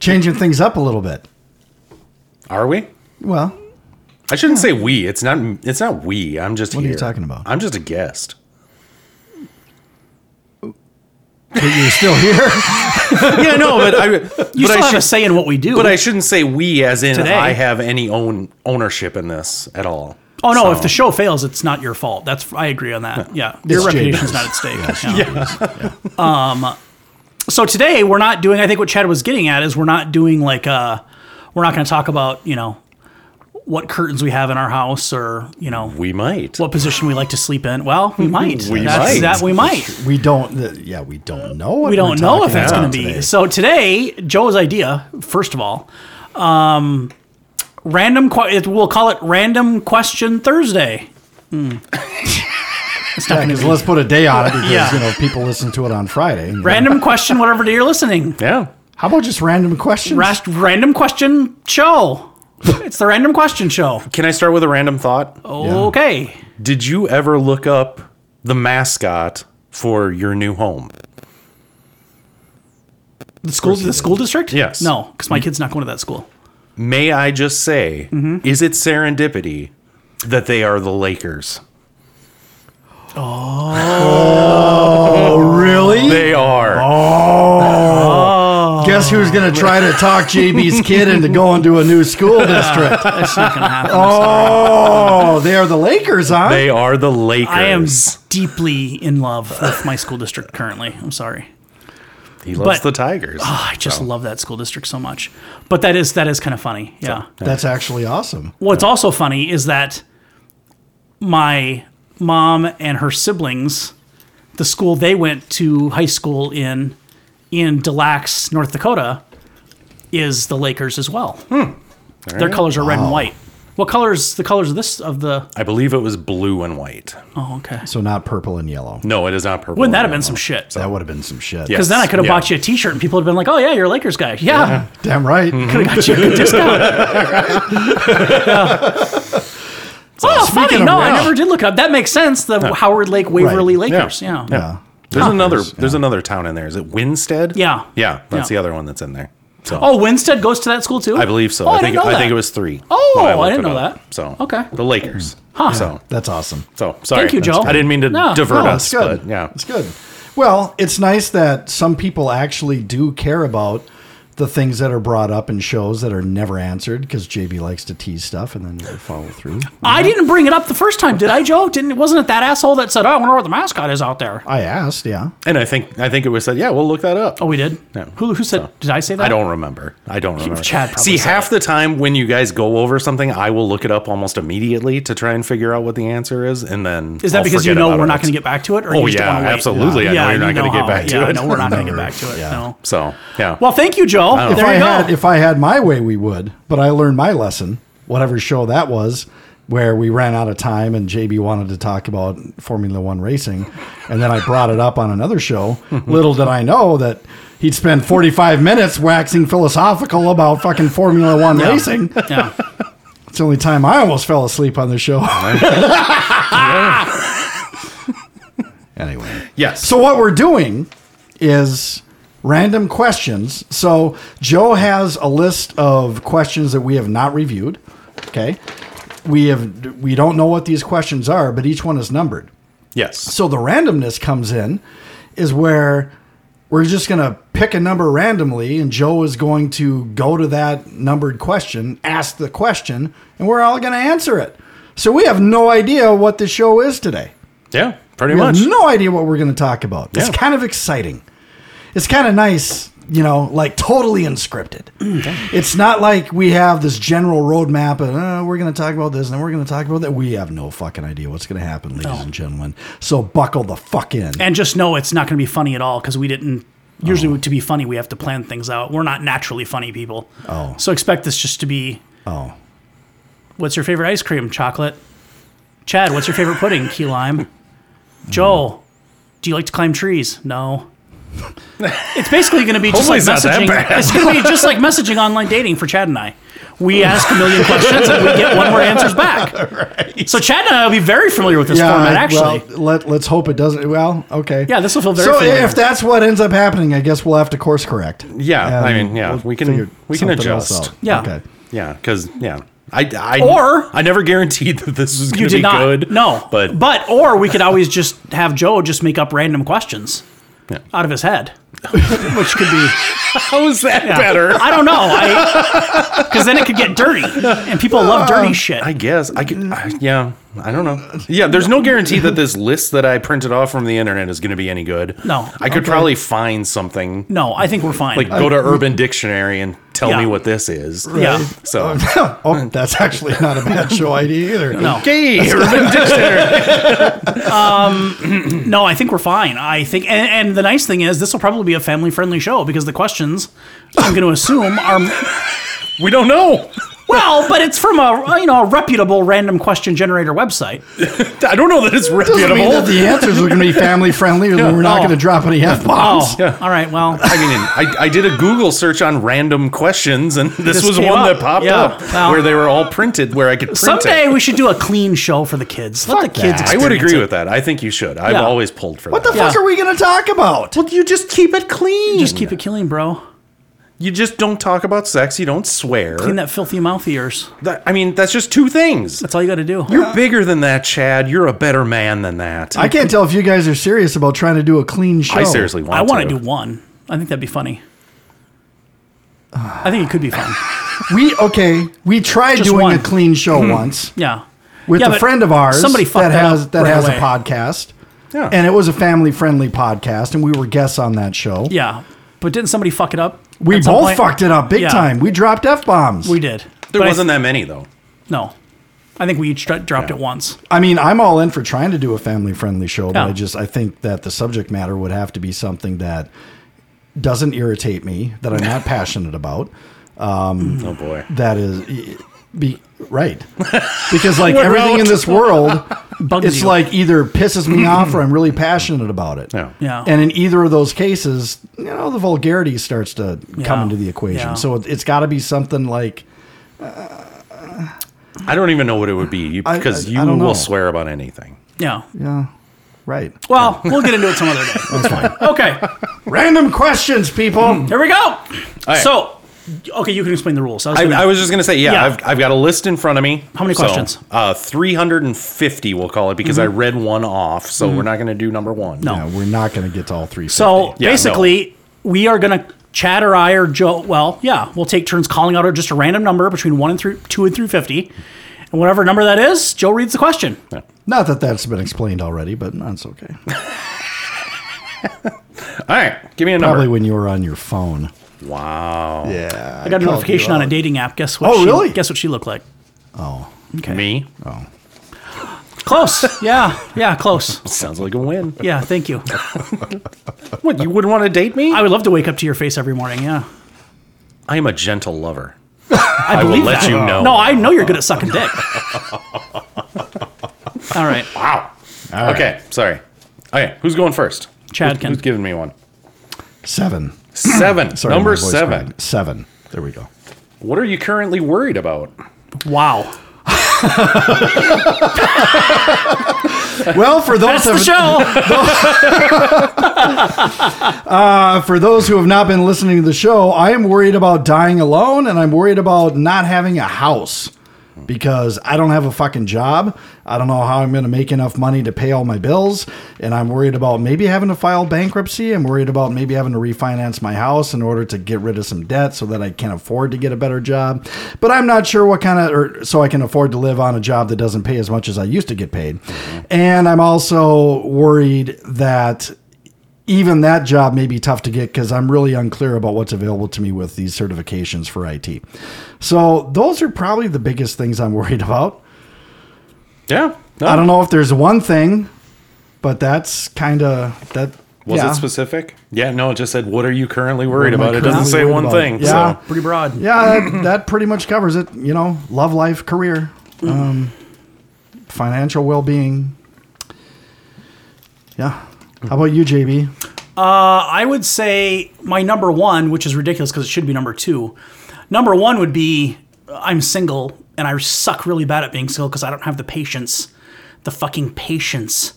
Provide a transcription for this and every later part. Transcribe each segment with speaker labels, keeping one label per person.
Speaker 1: Changing things up a little bit.
Speaker 2: Are we?
Speaker 1: Well,
Speaker 2: I shouldn't say we. It's not. It's not we. I'm just.
Speaker 1: What are you
Speaker 2: here.
Speaker 1: talking about?
Speaker 2: I'm just a guest.
Speaker 1: but you're still here.
Speaker 2: yeah, no, but I.
Speaker 3: You
Speaker 2: but
Speaker 3: still
Speaker 2: I
Speaker 3: have a
Speaker 2: should-
Speaker 3: say in what we do.
Speaker 2: But I shouldn't say we as in
Speaker 3: Today.
Speaker 2: I have any own ownership in this at all.
Speaker 3: oh no,
Speaker 2: So-
Speaker 3: if the show fails, it's not your fault. That's I agree on that. Yeah, your
Speaker 1: It's
Speaker 3: reputation's
Speaker 1: Jaden's.
Speaker 3: not at stake. Yeah. Um, so today we're not doing. I think what Chad was getting at is we're not doing like uh, we're not going to talk about you know what curtains we have in our house or you know
Speaker 2: we might.
Speaker 3: what position we like to sleep in. Well, we might.
Speaker 2: We
Speaker 3: That's,
Speaker 2: might.
Speaker 3: That we might.
Speaker 1: we don't. th- Yeah, we don't know. What we're
Speaker 3: we don't know if
Speaker 1: talking
Speaker 3: that's going
Speaker 1: about
Speaker 3: to be.
Speaker 1: today.
Speaker 3: So today, Joe's idea, first of all, um, random. Que- it- we'll call it Random Question Thursday.
Speaker 1: Yeah, 'cause let's put a day on it because
Speaker 3: Yeah.
Speaker 1: you know people listen to it on Friday. and-
Speaker 3: Random question, whatever day you're listening.
Speaker 2: yeah.
Speaker 1: How about just random questions?
Speaker 3: Rast- random question show. It's the random question show.
Speaker 2: Can I start with a random thought?
Speaker 3: Oh. Okay.
Speaker 2: Did you ever look up the mascot for your new home?
Speaker 3: The school, the school district.
Speaker 2: Yes.
Speaker 3: No, because my kid's not going to that school.
Speaker 2: May I just say,
Speaker 3: Mm-hmm.
Speaker 2: is it serendipity that they are the Lakers?
Speaker 1: really?
Speaker 2: They are.
Speaker 3: Oh.
Speaker 1: Guess who's going to try to talk JB's kid into going to a new school district?
Speaker 3: That's not going to happen.
Speaker 1: Oh, they are the Lakers, huh?
Speaker 2: They are the Lakers.
Speaker 3: I am deeply in love with my school district currently. I'm sorry.
Speaker 2: He loves
Speaker 3: but-
Speaker 2: the Tigers.
Speaker 3: Oh, I just love that school district so much. But that is that is kind of funny. Yeah.
Speaker 1: That's actually awesome.
Speaker 3: What's also funny is that my mom and her siblings, the school they went to high school in in Delax, North Dakota, is the Lakers as well. Their colors are red and white. What colors the colors of this of the
Speaker 2: I believe it was blue and white.
Speaker 3: Oh, okay.
Speaker 1: So not purple and yellow.
Speaker 2: No, it is not purple.
Speaker 3: Wouldn't that
Speaker 2: and
Speaker 3: have been
Speaker 2: yellow.
Speaker 3: some shit?
Speaker 1: That would have been some shit.
Speaker 2: Yeah.
Speaker 3: Because then I could have
Speaker 2: Yeah.
Speaker 3: bought you a T-shirt, and people would have been like, "Oh yeah, you're a Lakers guy." Yeah,
Speaker 1: Damn right.
Speaker 3: could have got you a good discount. Yeah. Oh, funny.
Speaker 1: of
Speaker 3: No, I
Speaker 1: which-
Speaker 3: never did look it up. That makes sense. The Howard Lake Waverly Lakers. Yeah. Yeah.
Speaker 1: Yeah.
Speaker 2: There's another. There's another town in there. Is it Winstead?
Speaker 3: Yeah.
Speaker 2: Yeah, that's
Speaker 3: Yeah.
Speaker 2: the other one that's in there. So
Speaker 3: Oh, Winstead goes to that school too.
Speaker 2: I believe so.
Speaker 3: Oh, I,
Speaker 2: I think
Speaker 3: didn't know
Speaker 2: I
Speaker 3: that.
Speaker 2: think it was three.
Speaker 3: Oh,
Speaker 2: when
Speaker 3: I
Speaker 2: looked
Speaker 3: didn't
Speaker 2: it
Speaker 3: know
Speaker 2: up.
Speaker 3: that.
Speaker 2: So
Speaker 3: Okay.
Speaker 2: the Lakers. So
Speaker 1: That's awesome.
Speaker 2: so sorry.
Speaker 3: Thank you, Joe.
Speaker 2: I didn't mean to
Speaker 3: No,
Speaker 2: divert
Speaker 1: No,
Speaker 2: us.
Speaker 1: it's good.
Speaker 2: But yeah,
Speaker 1: It's good. Well, it's nice that some people actually do care about the things that are brought up in shows that are never answered because JB likes to tease stuff and then never follow through.
Speaker 2: Mhm.
Speaker 3: I didn't bring it up the first time, did I, Joe? Didn't wasn't it that asshole that said, "Oh, I wonder what the mascot is out there"?
Speaker 1: I asked, yeah.
Speaker 2: and I think I think it was said. Yeah, we'll look that up.
Speaker 3: Oh, we did.
Speaker 2: No.
Speaker 3: Who who said? Did I say that?
Speaker 2: I don't remember. I don't remember.
Speaker 3: Chad probably
Speaker 2: See,
Speaker 3: said
Speaker 2: half the time when you guys go over something, I will look it up almost immediately to try and figure out what the answer is, and then
Speaker 3: Is that
Speaker 2: I'll
Speaker 3: because you
Speaker 2: forget
Speaker 3: know
Speaker 2: about
Speaker 3: we're
Speaker 2: it.
Speaker 3: not going to get back to it? Or
Speaker 2: Oh
Speaker 3: you just don't
Speaker 2: yeah,
Speaker 3: wanna wait?
Speaker 2: absolutely. I know you're not
Speaker 3: you
Speaker 2: going to get
Speaker 3: how-
Speaker 2: back to
Speaker 3: yeah,
Speaker 2: it.
Speaker 3: No, we're not going to get back to it.
Speaker 1: Yeah.
Speaker 3: No.
Speaker 2: So yeah.
Speaker 3: Well, thank you, Joe.
Speaker 2: don't know.
Speaker 1: if
Speaker 3: There
Speaker 1: I
Speaker 3: you go.
Speaker 1: had if I had my way, we would. But I learned my lesson. Whatever show that was, where we ran out of time and JB wanted to talk about Formula One racing, and then I brought it up on another show. Little did I know that he'd spend forty five minutes waxing philosophical about fucking Formula One racing.
Speaker 3: yeah.
Speaker 1: It's the only time I almost fell asleep on the show. anyway.
Speaker 2: yes.
Speaker 1: So what we're doing is random questions. So Joe has a list of questions that we have not reviewed. Okay. We have we don't know what these questions are, but each one is numbered.
Speaker 2: yes.
Speaker 1: So the randomness comes in is where we're just going to pick a number randomly and Joe is going to go to that numbered question, ask the question, and we're all going to answer it. So we have no idea what the show is today.
Speaker 2: yeah, pretty
Speaker 1: We
Speaker 2: much.
Speaker 1: have no idea what we're going to talk about. It's
Speaker 2: Yeah.
Speaker 1: kind of exciting. It's kind of nice, you know, like totally unscripted.
Speaker 2: Mm,
Speaker 1: It's not like we have this general roadmap and uh, we're going to talk about this and then we're going to talk about that. We have no fucking idea what's going to happen, ladies and gentlemen. So buckle the fuck in.
Speaker 3: And just know it's not going to be funny at all because we didn't
Speaker 2: Oh.
Speaker 3: Usually, to be funny, we have to plan things out. We're not naturally funny people.
Speaker 1: Oh.
Speaker 3: So expect this just to be
Speaker 1: Oh,
Speaker 3: what's your favorite ice cream? Chocolate. Chad, what's your favorite pudding? Key lime. Joel, do you like to climb trees? No. It's basically going to be just
Speaker 2: Hopefully
Speaker 3: like
Speaker 2: it's not that
Speaker 3: messaging.
Speaker 2: bad.
Speaker 3: It's going to be just like messaging online dating for Chad and I. We ask a million questions and we get one word answers back. So Chad and I will be very familiar with this format.
Speaker 1: I-
Speaker 3: Actually,
Speaker 1: well, let let's hope it doesn't. Well, okay.
Speaker 3: Yeah, this will feel very
Speaker 1: So
Speaker 3: familiar.
Speaker 1: if that's what ends up happening, I guess we'll have to course correct.
Speaker 2: Yeah, I
Speaker 1: And
Speaker 2: mean, yeah,
Speaker 1: we'll
Speaker 2: we
Speaker 1: figure
Speaker 2: can we can
Speaker 1: something else
Speaker 2: adjust.
Speaker 1: out.
Speaker 3: Yeah.
Speaker 1: Okay.
Speaker 2: Yeah, because yeah, I, I
Speaker 3: Or-
Speaker 2: I never guaranteed that this was going
Speaker 3: you
Speaker 2: to
Speaker 3: did
Speaker 2: be
Speaker 3: not.
Speaker 2: good.
Speaker 3: no,
Speaker 2: but
Speaker 3: but or we could always just have Joe just make up random questions
Speaker 2: Yeah.
Speaker 3: out of his head, which could be
Speaker 2: how is that
Speaker 3: yeah.
Speaker 2: better?
Speaker 3: I don't know. I because then it could get dirty, and people love dirty shit.
Speaker 2: Uh, I guess I could. I, yeah, I don't know. Yeah, there's no guarantee that this list that I printed off from the internet is going to be any good.
Speaker 3: No.
Speaker 2: I could probably find something
Speaker 3: no, I think we're fine.
Speaker 2: like go to Urban Dictionary and tell
Speaker 3: Yeah.
Speaker 2: me what this is.
Speaker 3: yeah,
Speaker 2: So
Speaker 1: Oh, that's actually not a bad show idea either.
Speaker 3: no,
Speaker 2: okay, Urban Dictionary.
Speaker 3: no, I think we're fine. I think, and, and the nice thing is, this will probably be a family-friendly show because the questions I'm going to assume are
Speaker 2: We don't know.
Speaker 3: Well, but it's from a you know a reputable random question generator website.
Speaker 2: I don't know that it's
Speaker 1: Doesn't mean that
Speaker 2: reputable.
Speaker 1: the answers are going to be family friendly, and we're not
Speaker 3: Oh.
Speaker 1: going to drop any f bombs.
Speaker 3: Oh, all right. Well,
Speaker 2: I mean, I, I did a Google search on random questions, and this,
Speaker 3: This
Speaker 2: was
Speaker 3: came
Speaker 2: one
Speaker 3: up.
Speaker 2: that popped
Speaker 3: Yeah.
Speaker 2: up
Speaker 3: Well.
Speaker 2: where they were all printed, where I could print
Speaker 3: someday
Speaker 2: it.
Speaker 3: we should do a clean show for the kids. Let the kids.
Speaker 2: I would
Speaker 3: experience
Speaker 2: agree
Speaker 3: it.
Speaker 2: with that. I think you should. I've
Speaker 3: Yeah.
Speaker 2: always pulled for
Speaker 1: What the
Speaker 2: that.
Speaker 1: fuck
Speaker 3: Yeah.
Speaker 1: are we going to talk about?
Speaker 2: well, you just keep it clean.
Speaker 3: Just keep it killing, bro.
Speaker 2: You just don't talk about sex. You don't swear.
Speaker 3: Clean that filthy mouth of yours.
Speaker 2: That- I mean, that's just two things.
Speaker 3: That's all you got to do.
Speaker 2: You're bigger than that, Chad. You're a better man than that.
Speaker 1: I can't tell if you guys are serious about trying to do a clean show.
Speaker 2: I seriously want.
Speaker 3: I want to
Speaker 2: to
Speaker 3: do one. I think that'd be funny. I think it could be fun.
Speaker 1: We okay. We tried
Speaker 3: Just
Speaker 1: doing
Speaker 3: one.
Speaker 1: a clean show once
Speaker 3: Yeah.
Speaker 1: with
Speaker 3: Yeah,
Speaker 1: a
Speaker 3: but
Speaker 1: friend of ours
Speaker 3: somebody fucked
Speaker 1: that
Speaker 3: that
Speaker 1: has
Speaker 3: up
Speaker 1: that
Speaker 3: right
Speaker 1: has
Speaker 3: away.
Speaker 1: a podcast,
Speaker 2: Yeah.
Speaker 1: and it was a family friendly podcast, and we were guests on that show.
Speaker 3: Yeah. But didn't somebody fuck it up?
Speaker 1: we
Speaker 3: at some
Speaker 1: both
Speaker 3: point?
Speaker 1: fucked it up big
Speaker 3: Yeah.
Speaker 1: time. We dropped f bombs.
Speaker 3: We did.
Speaker 2: There
Speaker 3: But I-
Speaker 2: wasn't that many though.
Speaker 3: no. I think we each dro- dropped it once.
Speaker 1: I mean, I'm all in for trying to do a family friendly show, but
Speaker 3: Yeah.
Speaker 1: I just I think that the subject matter would have to be something that doesn't irritate me, that I'm not passionate about.
Speaker 2: Oh boy.
Speaker 1: That is e, be right. Because like
Speaker 2: What
Speaker 1: everything in
Speaker 2: route?
Speaker 1: this world
Speaker 3: Bugs
Speaker 1: it's
Speaker 3: you.
Speaker 1: like either pisses me off or I'm really passionate about it.
Speaker 2: Yeah.
Speaker 3: Yeah.
Speaker 1: And in either of those cases, you know, the vulgarity starts to come
Speaker 3: Yeah.
Speaker 1: into the equation.
Speaker 3: Yeah.
Speaker 1: So it, it's got to be something like
Speaker 2: I don't even know what it would be
Speaker 1: I-
Speaker 2: because
Speaker 1: I-
Speaker 2: you
Speaker 1: I don't know.
Speaker 2: will swear about anything.
Speaker 3: yeah.
Speaker 1: yeah, right.
Speaker 3: Well, we'll get into it some other day. That's fine. Okay.
Speaker 1: Random questions, people.
Speaker 3: Here we go.
Speaker 2: right.
Speaker 3: So, okay, you can explain the rules. I was
Speaker 2: I,
Speaker 3: gonna-
Speaker 2: I was just gonna say, yeah,
Speaker 3: Yeah.
Speaker 2: I've, I've got a list in front of me.
Speaker 3: How many questions?
Speaker 2: Uh, three hundred and fifty, we'll call it, because
Speaker 1: Mm-hmm.
Speaker 2: I read one off. So we're not gonna do number one.
Speaker 3: No.
Speaker 1: Yeah, we're not going to get to all three.
Speaker 3: so
Speaker 2: Yeah,
Speaker 3: basically, we are gonna Chad or I or Joe. Well, yeah, we'll take turns calling out just a random number between one and three, two and through fifty, and whatever number that is, Joe reads the question.
Speaker 1: Not that that's been explained already, but that's okay.
Speaker 2: All right, give me a
Speaker 1: Probably
Speaker 2: number.
Speaker 1: when you were on your phone.
Speaker 2: Wow.
Speaker 1: Yeah.
Speaker 3: I got a notification on a dating app. Guess what?
Speaker 1: Oh,
Speaker 3: she,
Speaker 1: really?
Speaker 3: Guess what she looked like?
Speaker 2: Me
Speaker 1: Oh.
Speaker 3: Close. yeah, yeah, close.
Speaker 2: sounds like a win.
Speaker 3: Yeah, thank you.
Speaker 2: What you wouldn't want to date me?
Speaker 3: I would love to wake up to your face every morning. Yeah,
Speaker 2: I am a gentle lover.
Speaker 3: I,
Speaker 2: will
Speaker 3: believe
Speaker 2: let
Speaker 3: that.
Speaker 2: you know.
Speaker 3: No, I know you're good at sucking dick. All right,
Speaker 2: Wow. okay, sorry. Okay, who's going first?
Speaker 3: Chad
Speaker 2: Who's-
Speaker 3: can.
Speaker 2: Who's giving me one?
Speaker 1: Seven.
Speaker 2: Seven.
Speaker 1: Sorry, my
Speaker 2: Number
Speaker 1: voice
Speaker 2: seven.
Speaker 1: cracked. Seven. There we go.
Speaker 2: What are you currently worried about?
Speaker 3: wow.
Speaker 1: Well, for those
Speaker 3: That's the
Speaker 1: of,
Speaker 3: show.
Speaker 1: uh, for those who have not been listening to the show, I am worried about dying alone, and I'm worried about not having a house because I don't have a fucking job. I don't know how I'm going to make enough money to pay all my bills, and I'm worried about maybe having to file bankruptcy. I'm worried about maybe having to refinance my house in order to get rid of some debt so that I can afford to get a better job. But I'm not sure what kind of or so I can afford to live on a job that doesn't pay as much as I used to get paid. And I'm also worried that even that job may be tough to get because I'm really unclear about what's available to me with these certifications for IT. So those are probably the biggest things I'm worried about.
Speaker 2: Yeah. No. Oh.
Speaker 1: I don't know if there's one thing, but that's kind of that.
Speaker 2: Was
Speaker 1: Yeah.
Speaker 2: it specific? Yeah, no, it just said, What are you currently worried
Speaker 1: am I
Speaker 2: about? It doesn't
Speaker 1: currently
Speaker 2: say
Speaker 1: worried
Speaker 2: one
Speaker 1: about?
Speaker 2: thing.
Speaker 1: Yeah.
Speaker 2: So.
Speaker 3: Pretty broad.
Speaker 1: Yeah, that, that pretty much covers it. You know, love life, career, um,
Speaker 2: Mm.
Speaker 1: financial well being. Yeah. How about you, JB?
Speaker 3: I would say my number one, which is ridiculous because it should be number two. Number one would be I'm single and I suck really bad at being single because I don't have the patience, the fucking patience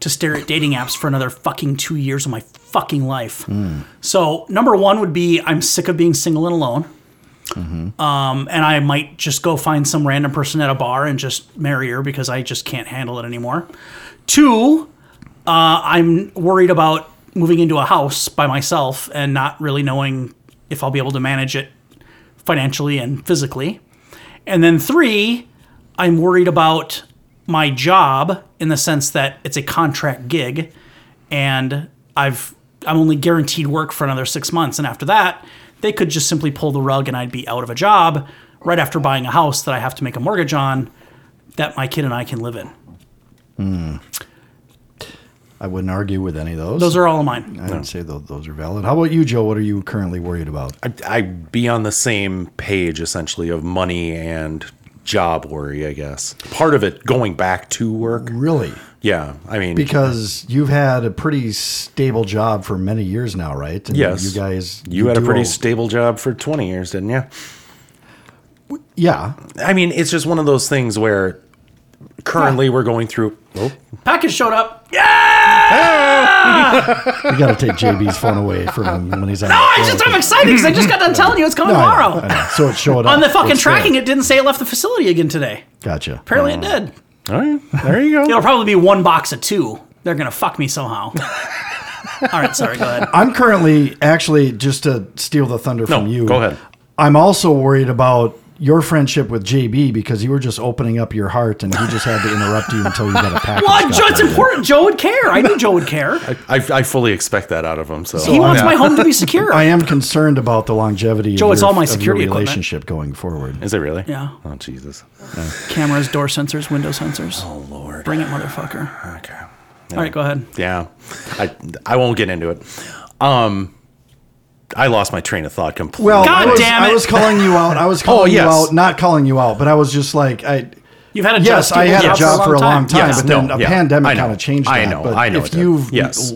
Speaker 3: to stare at dating apps for another fucking two years of my fucking life. So number one would be I'm sick of being single and alone. Um, and I might just go find some random person at a bar and just marry her because I just can't handle it anymore. Two, I'm worried about moving into a house by myself and not really knowing if I'll be able to manage it financially and physically. And then three, I'm worried about my job in the sense that it's a contract gig and I've I'm only guaranteed work for another 6 months and after that they could just simply pull the rug and I'd be out of a job right after buying a house that I have to make a mortgage on that my kid and I can live in.
Speaker 1: I wouldn't argue with any of those.
Speaker 3: Those are all of mine.
Speaker 1: I would say tho- those are valid. How about you, Joe? What are you currently worried about?
Speaker 2: I, I'd be on the same page essentially of money and job worry, I guess. Part of it going back to work.
Speaker 1: Really?
Speaker 2: Yeah. I mean,
Speaker 1: Because you've had a pretty stable job for many years now, right? And
Speaker 2: yes.
Speaker 1: You guys.
Speaker 2: You, had a
Speaker 1: do
Speaker 2: pretty
Speaker 1: all-
Speaker 2: stable job for 20 years, didn't you?
Speaker 1: Yeah.
Speaker 2: I mean, it's just one of those things where currently we're going through. Oh,
Speaker 3: Package showed up. Yeah,
Speaker 1: You got to take JB's phone away from him when he's on. No,
Speaker 3: Oh, I just I'm excited because I just got done telling you it's coming tomorrow.
Speaker 1: So it showed up.
Speaker 3: On the fucking
Speaker 1: It's there.
Speaker 3: tracking, it didn't say it left the facility again today.
Speaker 1: Gotcha.
Speaker 3: Apparently, it did.
Speaker 2: all right. There you go.
Speaker 3: It'll probably be one box of two. They're gonna fuck me somehow. All right, sorry. Go ahead.
Speaker 1: I'm currently actually just to steal the thunder
Speaker 2: No,
Speaker 1: from you.
Speaker 2: go ahead.
Speaker 1: I'm also worried about your friendship with JB because you were just opening up your heart and he just had to interrupt you until you got a package.
Speaker 3: Well,
Speaker 1: got
Speaker 3: Joe, it's
Speaker 1: there.
Speaker 3: important. Joe would care. I knew Joe would care.
Speaker 2: I, I fully expect that out of him. So,
Speaker 3: He wants my home to be secure.
Speaker 1: I am concerned about the longevity.
Speaker 3: Joe,
Speaker 1: of
Speaker 3: it's
Speaker 1: your,
Speaker 3: all my
Speaker 1: of your
Speaker 3: security equipment.
Speaker 1: relationship going forward.
Speaker 2: is it really?
Speaker 3: Yeah.
Speaker 2: Oh Jesus.
Speaker 3: Cameras, door sensors, window sensors. Oh lord. Bring it, motherfucker.
Speaker 2: Okay.
Speaker 3: All right, go ahead.
Speaker 2: Yeah. I I won't get into it. Um, I lost my train of thought completely.
Speaker 1: Well,
Speaker 3: God
Speaker 1: I was,
Speaker 3: damn
Speaker 1: I
Speaker 3: it. Oh,
Speaker 1: was calling you out. I was calling
Speaker 2: yes.
Speaker 1: you out, not calling you out, but I was just like, I
Speaker 3: You've had a
Speaker 1: yes,
Speaker 3: job.
Speaker 1: I had a job for a long time,
Speaker 2: Yes,
Speaker 1: but
Speaker 2: no,
Speaker 1: then a
Speaker 2: yeah, I
Speaker 1: pandemic
Speaker 2: know.
Speaker 1: kind of changed.
Speaker 2: I
Speaker 1: that,
Speaker 2: know,
Speaker 1: But
Speaker 2: I know it
Speaker 1: If
Speaker 2: did.
Speaker 1: you've
Speaker 2: Yes.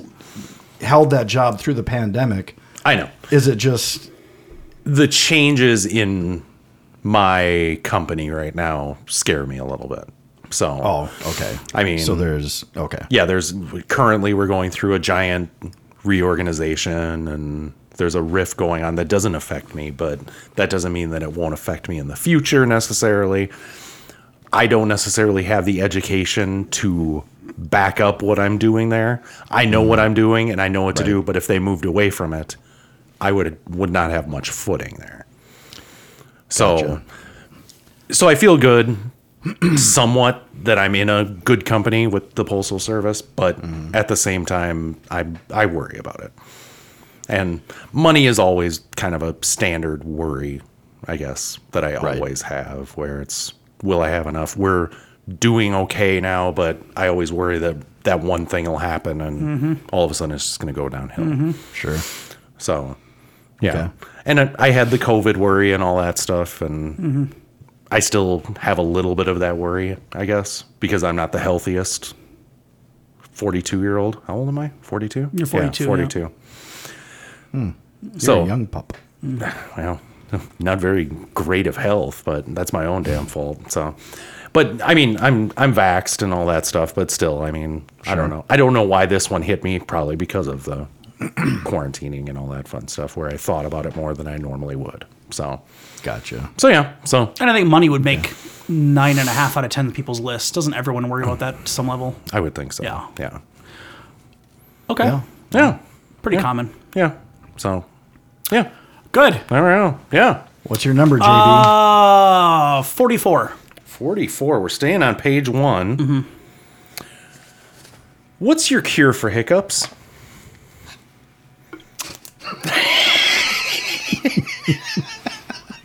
Speaker 1: held that job through the pandemic,
Speaker 2: I know
Speaker 1: is it just
Speaker 2: the changes in my company right now scare me a little bit. So,
Speaker 1: Oh, okay.
Speaker 2: I mean-
Speaker 1: so there's okay.
Speaker 2: yeah, there's currently we're going through a giant reorganization and there's a rift going on that doesn't affect me, but that doesn't mean that it won't affect me in the future necessarily. I don't necessarily have the education to back up what I'm doing there. I know what I'm doing and I know what to do, but if they moved away from it, I would would not have much footing there. So so I feel good somewhat that I'm in a good company with the postal service, but at the same time, I I worry about it. And money is always kind of a standard worry, I guess, that I always have. Where it's will I have enough? We're doing okay now, but I always worry that that one thing will happen, and all of a sudden it's just going to go downhill.
Speaker 1: Sure.
Speaker 2: So, yeah.
Speaker 1: Okay.
Speaker 2: And I, I had the COVID worry and all that stuff, and
Speaker 1: Mm-hmm.
Speaker 2: I still have a little bit of that worry, I guess, because I'm not the healthiest. Forty-two year old. How old am I? Forty-two. You're
Speaker 3: 42, yeah.
Speaker 2: Forty-two.
Speaker 1: You're
Speaker 2: So
Speaker 1: a young pup.
Speaker 2: well, not very great of health, but that's my own damn fault. So, but I mean, I'm I'm vaxxed and all that stuff, but still, I mean, I don't know. I don't know why this one hit me. Probably because of the quarantining and all that fun stuff, where I thought about it more than I normally would. So,
Speaker 1: Gotcha.
Speaker 2: so yeah, so
Speaker 3: And I think money would make nine and a half out of ten people's list. Doesn't everyone worry about that to some level?
Speaker 2: I would think so.
Speaker 3: Yeah.
Speaker 2: yeah,
Speaker 3: Okay.
Speaker 1: Yeah.
Speaker 2: yeah,
Speaker 3: Pretty common.
Speaker 2: yeah. So, yeah,
Speaker 3: Good.
Speaker 2: I don't know. Yeah,
Speaker 1: What's your number, JB?
Speaker 3: Uh, 44.
Speaker 2: forty-four. We're staying on page one. What's your cure for hiccups?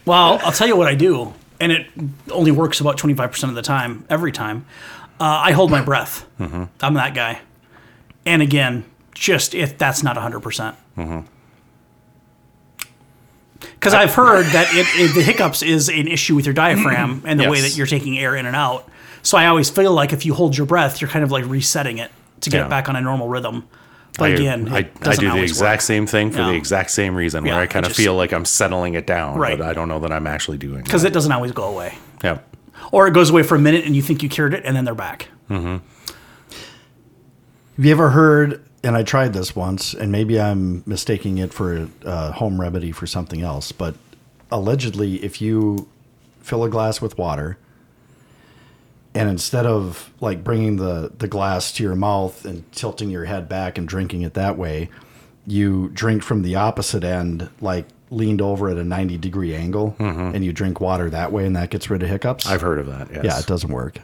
Speaker 3: Well, I'll tell you what I do, and it only works about 25% of
Speaker 2: Mm-hmm.
Speaker 3: the time, every time. Uh, I hold my breath. I'm that guy. And again, just if that's not 100%. percent
Speaker 2: Mm-hmm.
Speaker 3: Because I've heard that it, it, the hiccups is an issue with your diaphragm and the way
Speaker 2: Mm-hmm. Yes.
Speaker 3: that you're taking air in and out. So I always feel like if you hold your breath, you're kind of like resetting it to get
Speaker 2: Yeah.
Speaker 3: it back on a normal rhythm. But
Speaker 2: I,
Speaker 3: again,
Speaker 2: I,
Speaker 3: it
Speaker 2: I
Speaker 3: doesn't
Speaker 2: do the
Speaker 3: always
Speaker 2: exact same thing for
Speaker 3: No.
Speaker 2: the exact same reason
Speaker 3: Yeah,
Speaker 2: where I
Speaker 3: I
Speaker 2: kind of
Speaker 3: just-
Speaker 2: feel like I'm settling it down,
Speaker 3: Right.
Speaker 2: but I don't know that I'm actually doing
Speaker 3: because
Speaker 2: that.
Speaker 3: it doesn't always go away,
Speaker 2: Yeah.
Speaker 3: or it goes away for a minute and you think you cured it, and then they're back.
Speaker 1: Have you ever heard? And I tried this once, and maybe I'm mistaking it for a uh, home remedy for something else. But allegedly, if you fill a glass with water, and instead of like bringing the the glass to your mouth and tilting your head back and drinking it that way, you drink from the opposite end, like leaned over at a 90 degree angle, and you drink water that way, and that gets rid of hiccups.
Speaker 2: I've heard of that. Yes.
Speaker 1: yeah, it doesn't work.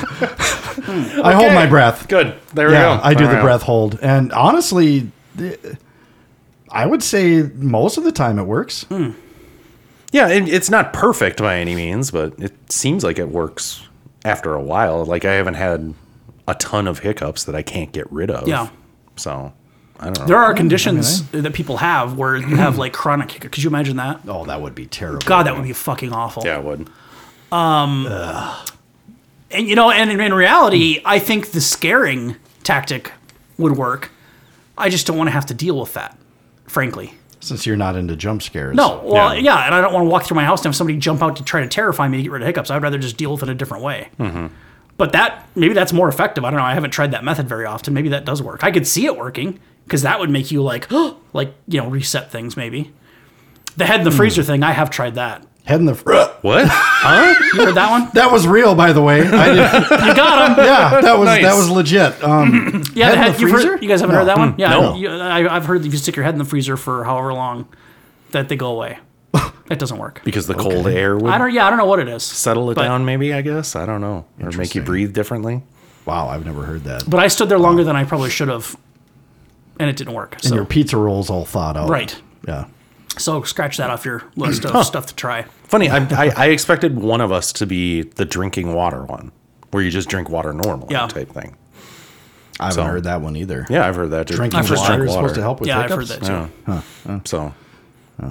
Speaker 1: I hold my breath
Speaker 2: Good. There we go.
Speaker 1: I do
Speaker 2: All
Speaker 1: the
Speaker 2: right.
Speaker 1: breath hold, and honestly, th- I would say most of the time it works.
Speaker 3: Hmm.
Speaker 2: Yeah, and it's not perfect by any means, but it seems like it works after a while. Like I haven't had a ton of hiccups that I can't get rid of.
Speaker 3: Yeah.
Speaker 2: So I don't know.
Speaker 3: There are conditions that people have where you have like chronic hiccup. Could you imagine that?
Speaker 1: Oh, that would be terrible.
Speaker 3: God, that would be fucking awful.
Speaker 2: yeah, I would.
Speaker 3: And you know, and in, in reality, I think the scaring tactic would work. I just don't want to have to deal with that, frankly.
Speaker 1: Since you're not into jump scares,
Speaker 3: No, well,
Speaker 2: Yeah.
Speaker 3: yeah, and I don't want to walk through my house and have somebody jump out to try to terrify me to get rid of hiccups. I'd rather just deal with it a different way.
Speaker 1: Mm-hmm.
Speaker 3: But that maybe that's more effective. I don't know. I haven't tried that method very often. Maybe that does work. I could see it working because that would make you like, like you know, reset things. Maybe the head in
Speaker 1: Hmm.
Speaker 3: the freezer thing. I have tried that.
Speaker 1: head in the. Fr-
Speaker 2: What?
Speaker 3: You heard that one?
Speaker 1: that was real, by the way. I did,
Speaker 3: You got him.
Speaker 1: yeah, that was
Speaker 2: Nice.
Speaker 1: that was legit. Um,
Speaker 3: Yeah,
Speaker 1: Head
Speaker 3: the
Speaker 1: in
Speaker 3: head,
Speaker 1: the
Speaker 3: you've
Speaker 1: freezer?
Speaker 3: heard, you guys haven't heard that one? Yeah,
Speaker 2: No.
Speaker 3: you- I, I've heard that if you stick your head in the freezer for however long, that they go away. That doesn't work.
Speaker 2: Because the cold air would
Speaker 3: I don't. Yeah, I don't know what it is.
Speaker 2: settle it
Speaker 3: but-
Speaker 2: down, maybe, I guess. I don't know. Or make you
Speaker 1: Interesting.
Speaker 2: breathe differently.
Speaker 1: wow, I've never heard that.
Speaker 3: But I stood there longer than I probably should have, and it didn't work.
Speaker 1: and
Speaker 3: So
Speaker 1: your pizza rolls all thawed out.
Speaker 3: right.
Speaker 1: Yeah.
Speaker 3: So scratch that off your list of stuff to try.
Speaker 2: Funny, I, I, I expected one of us to be the drinking water one, where you just drink water normally
Speaker 3: Yeah.
Speaker 2: type thing.
Speaker 1: I haven't
Speaker 2: So-
Speaker 1: heard that one either.
Speaker 2: Yeah, I've heard that. Just-
Speaker 1: Drinking
Speaker 3: I've heard
Speaker 1: water
Speaker 3: that.
Speaker 1: is supposed to help with
Speaker 3: yeah,
Speaker 1: hiccups.
Speaker 3: I've heard that too.
Speaker 2: Yeah. So,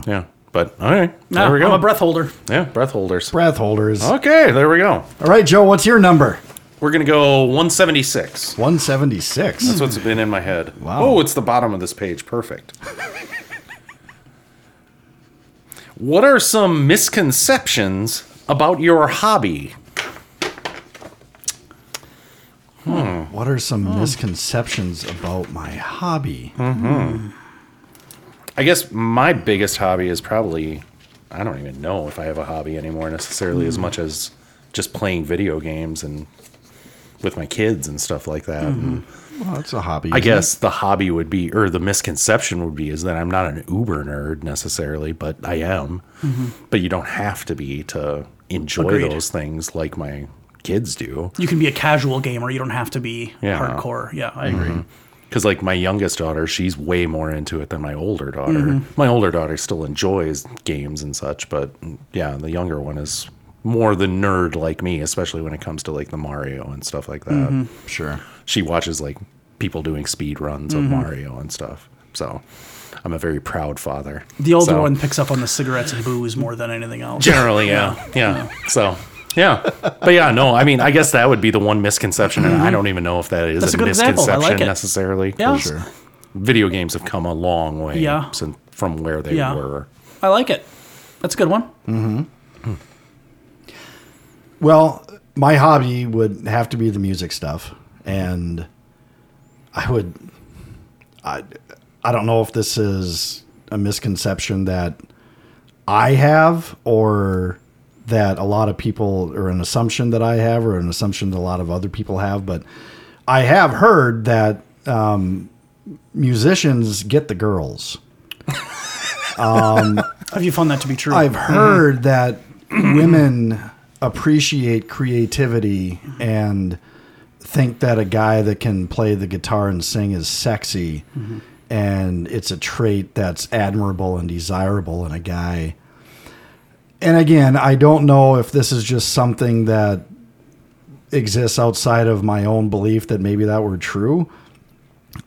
Speaker 2: yeah. But all right,
Speaker 3: No,
Speaker 2: there we go.
Speaker 3: I'm a breath holder.
Speaker 2: Yeah, breath holders.
Speaker 1: Breath holders.
Speaker 2: Okay, there we go.
Speaker 1: All right, Joe, what's your number?
Speaker 2: We're gonna go 176. That's
Speaker 1: 176.
Speaker 2: what's been in my head.
Speaker 1: Wow.
Speaker 2: Oh, it's the bottom of this page. Perfect. what are some misconceptions about your hobby?
Speaker 1: What are some misconceptions about my hobby?
Speaker 2: I guess my biggest hobby is probably I don't even know if I have a hobby anymore necessarily as much as just playing video games and with my kids and stuff like that. And
Speaker 1: Well, that's a hobby.
Speaker 2: I
Speaker 1: isn't it?
Speaker 2: guess the hobby would be, or the misconception would be, is that I'm not an Uber nerd necessarily, but I am. But you don't have to be to enjoy
Speaker 3: Agreed.
Speaker 2: those things like my kids do.
Speaker 3: You can be a casual gamer. You don't have to be
Speaker 2: Yeah. Mm-hmm.
Speaker 3: hardcore. Yeah, I agree.
Speaker 2: Because, like, my youngest daughter, she's way more into it than my older daughter.
Speaker 3: Mm-hmm.
Speaker 2: My older daughter still enjoys games and such, but mm, yeah, the younger one is more the nerd like me, especially when it comes to like the Mario and stuff like that.
Speaker 3: Mm-hmm.
Speaker 1: Sure.
Speaker 2: she watches like people doing speed runs
Speaker 3: Mm-hmm.
Speaker 2: of Mario and stuff. So I'm a very proud father.
Speaker 3: The older
Speaker 2: So,
Speaker 3: one picks up on the cigarettes and booze more than anything else.
Speaker 2: Generally, yeah. Yeah. So yeah. But yeah, no, I mean I guess that would be the one misconception and I don't even know if that is
Speaker 3: Mm-hmm. That's
Speaker 2: a,
Speaker 3: a good example. I
Speaker 2: misconception
Speaker 3: like it.
Speaker 2: necessarily.
Speaker 3: Yeah.
Speaker 2: 'cause Video games have come a long way
Speaker 3: Yeah.
Speaker 2: since from where they
Speaker 3: Yeah.
Speaker 2: were.
Speaker 3: I like it. That's a good one.
Speaker 1: Well, my hobby would have to be the music stuff, and I would. I I don't know if this is a misconception that I have, or that a lot of people, or an assumption that I have, or an assumption that a lot of other people have, but I have heard that um, musicians get the girls.
Speaker 3: Have you found that to be true?
Speaker 1: I've heard that women appreciate creativity and think that a guy that can play the guitar and sing is sexy and it's a trait that's admirable and desirable in a guy. And again, I don't know if this is just something that exists outside of my own belief that maybe that were true,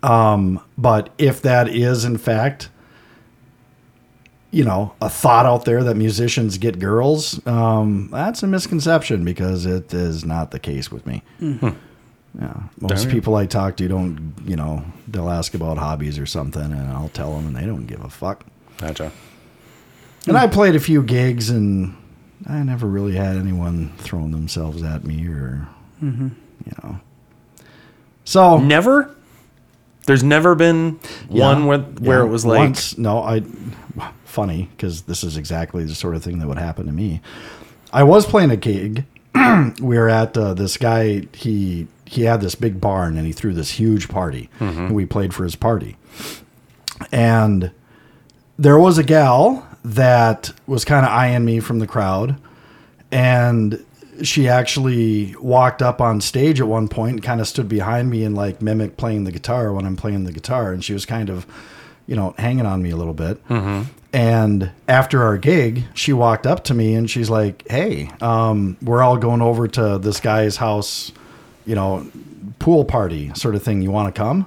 Speaker 1: Um, But if that is, in fact, you know, a thought out there that musicians get girls, um, that's a misconception because it is not the case with me. Yeah, most
Speaker 2: Darn.
Speaker 1: people I talk to don't, you know, they'll ask about hobbies or something, and I'll tell them, and they don't give a fuck.
Speaker 2: Gotcha.
Speaker 1: And I played a few gigs, and I never really had anyone throwing themselves at me or, you know. So
Speaker 2: Hmm. Never. There's never been one where, where
Speaker 1: Yeah,
Speaker 2: it was like
Speaker 1: once- no i funny because this is exactly the sort of thing that would happen to me i was playing a gig we were at uh, this guy he he had this big barn and he threw this huge party
Speaker 2: Mm-hmm.
Speaker 1: and we played for his party and there was a gal that was kind of eyeing me from the crowd and she actually walked up on stage at one point and kind of stood behind me and like mimicked playing the guitar when I'm playing the guitar. And she was kind of, you know, hanging on me a little bit. And after our gig, she walked up to me and she's like, Hey, um, we're all going over to this guy's house, you know, pool party sort of thing. You want to come?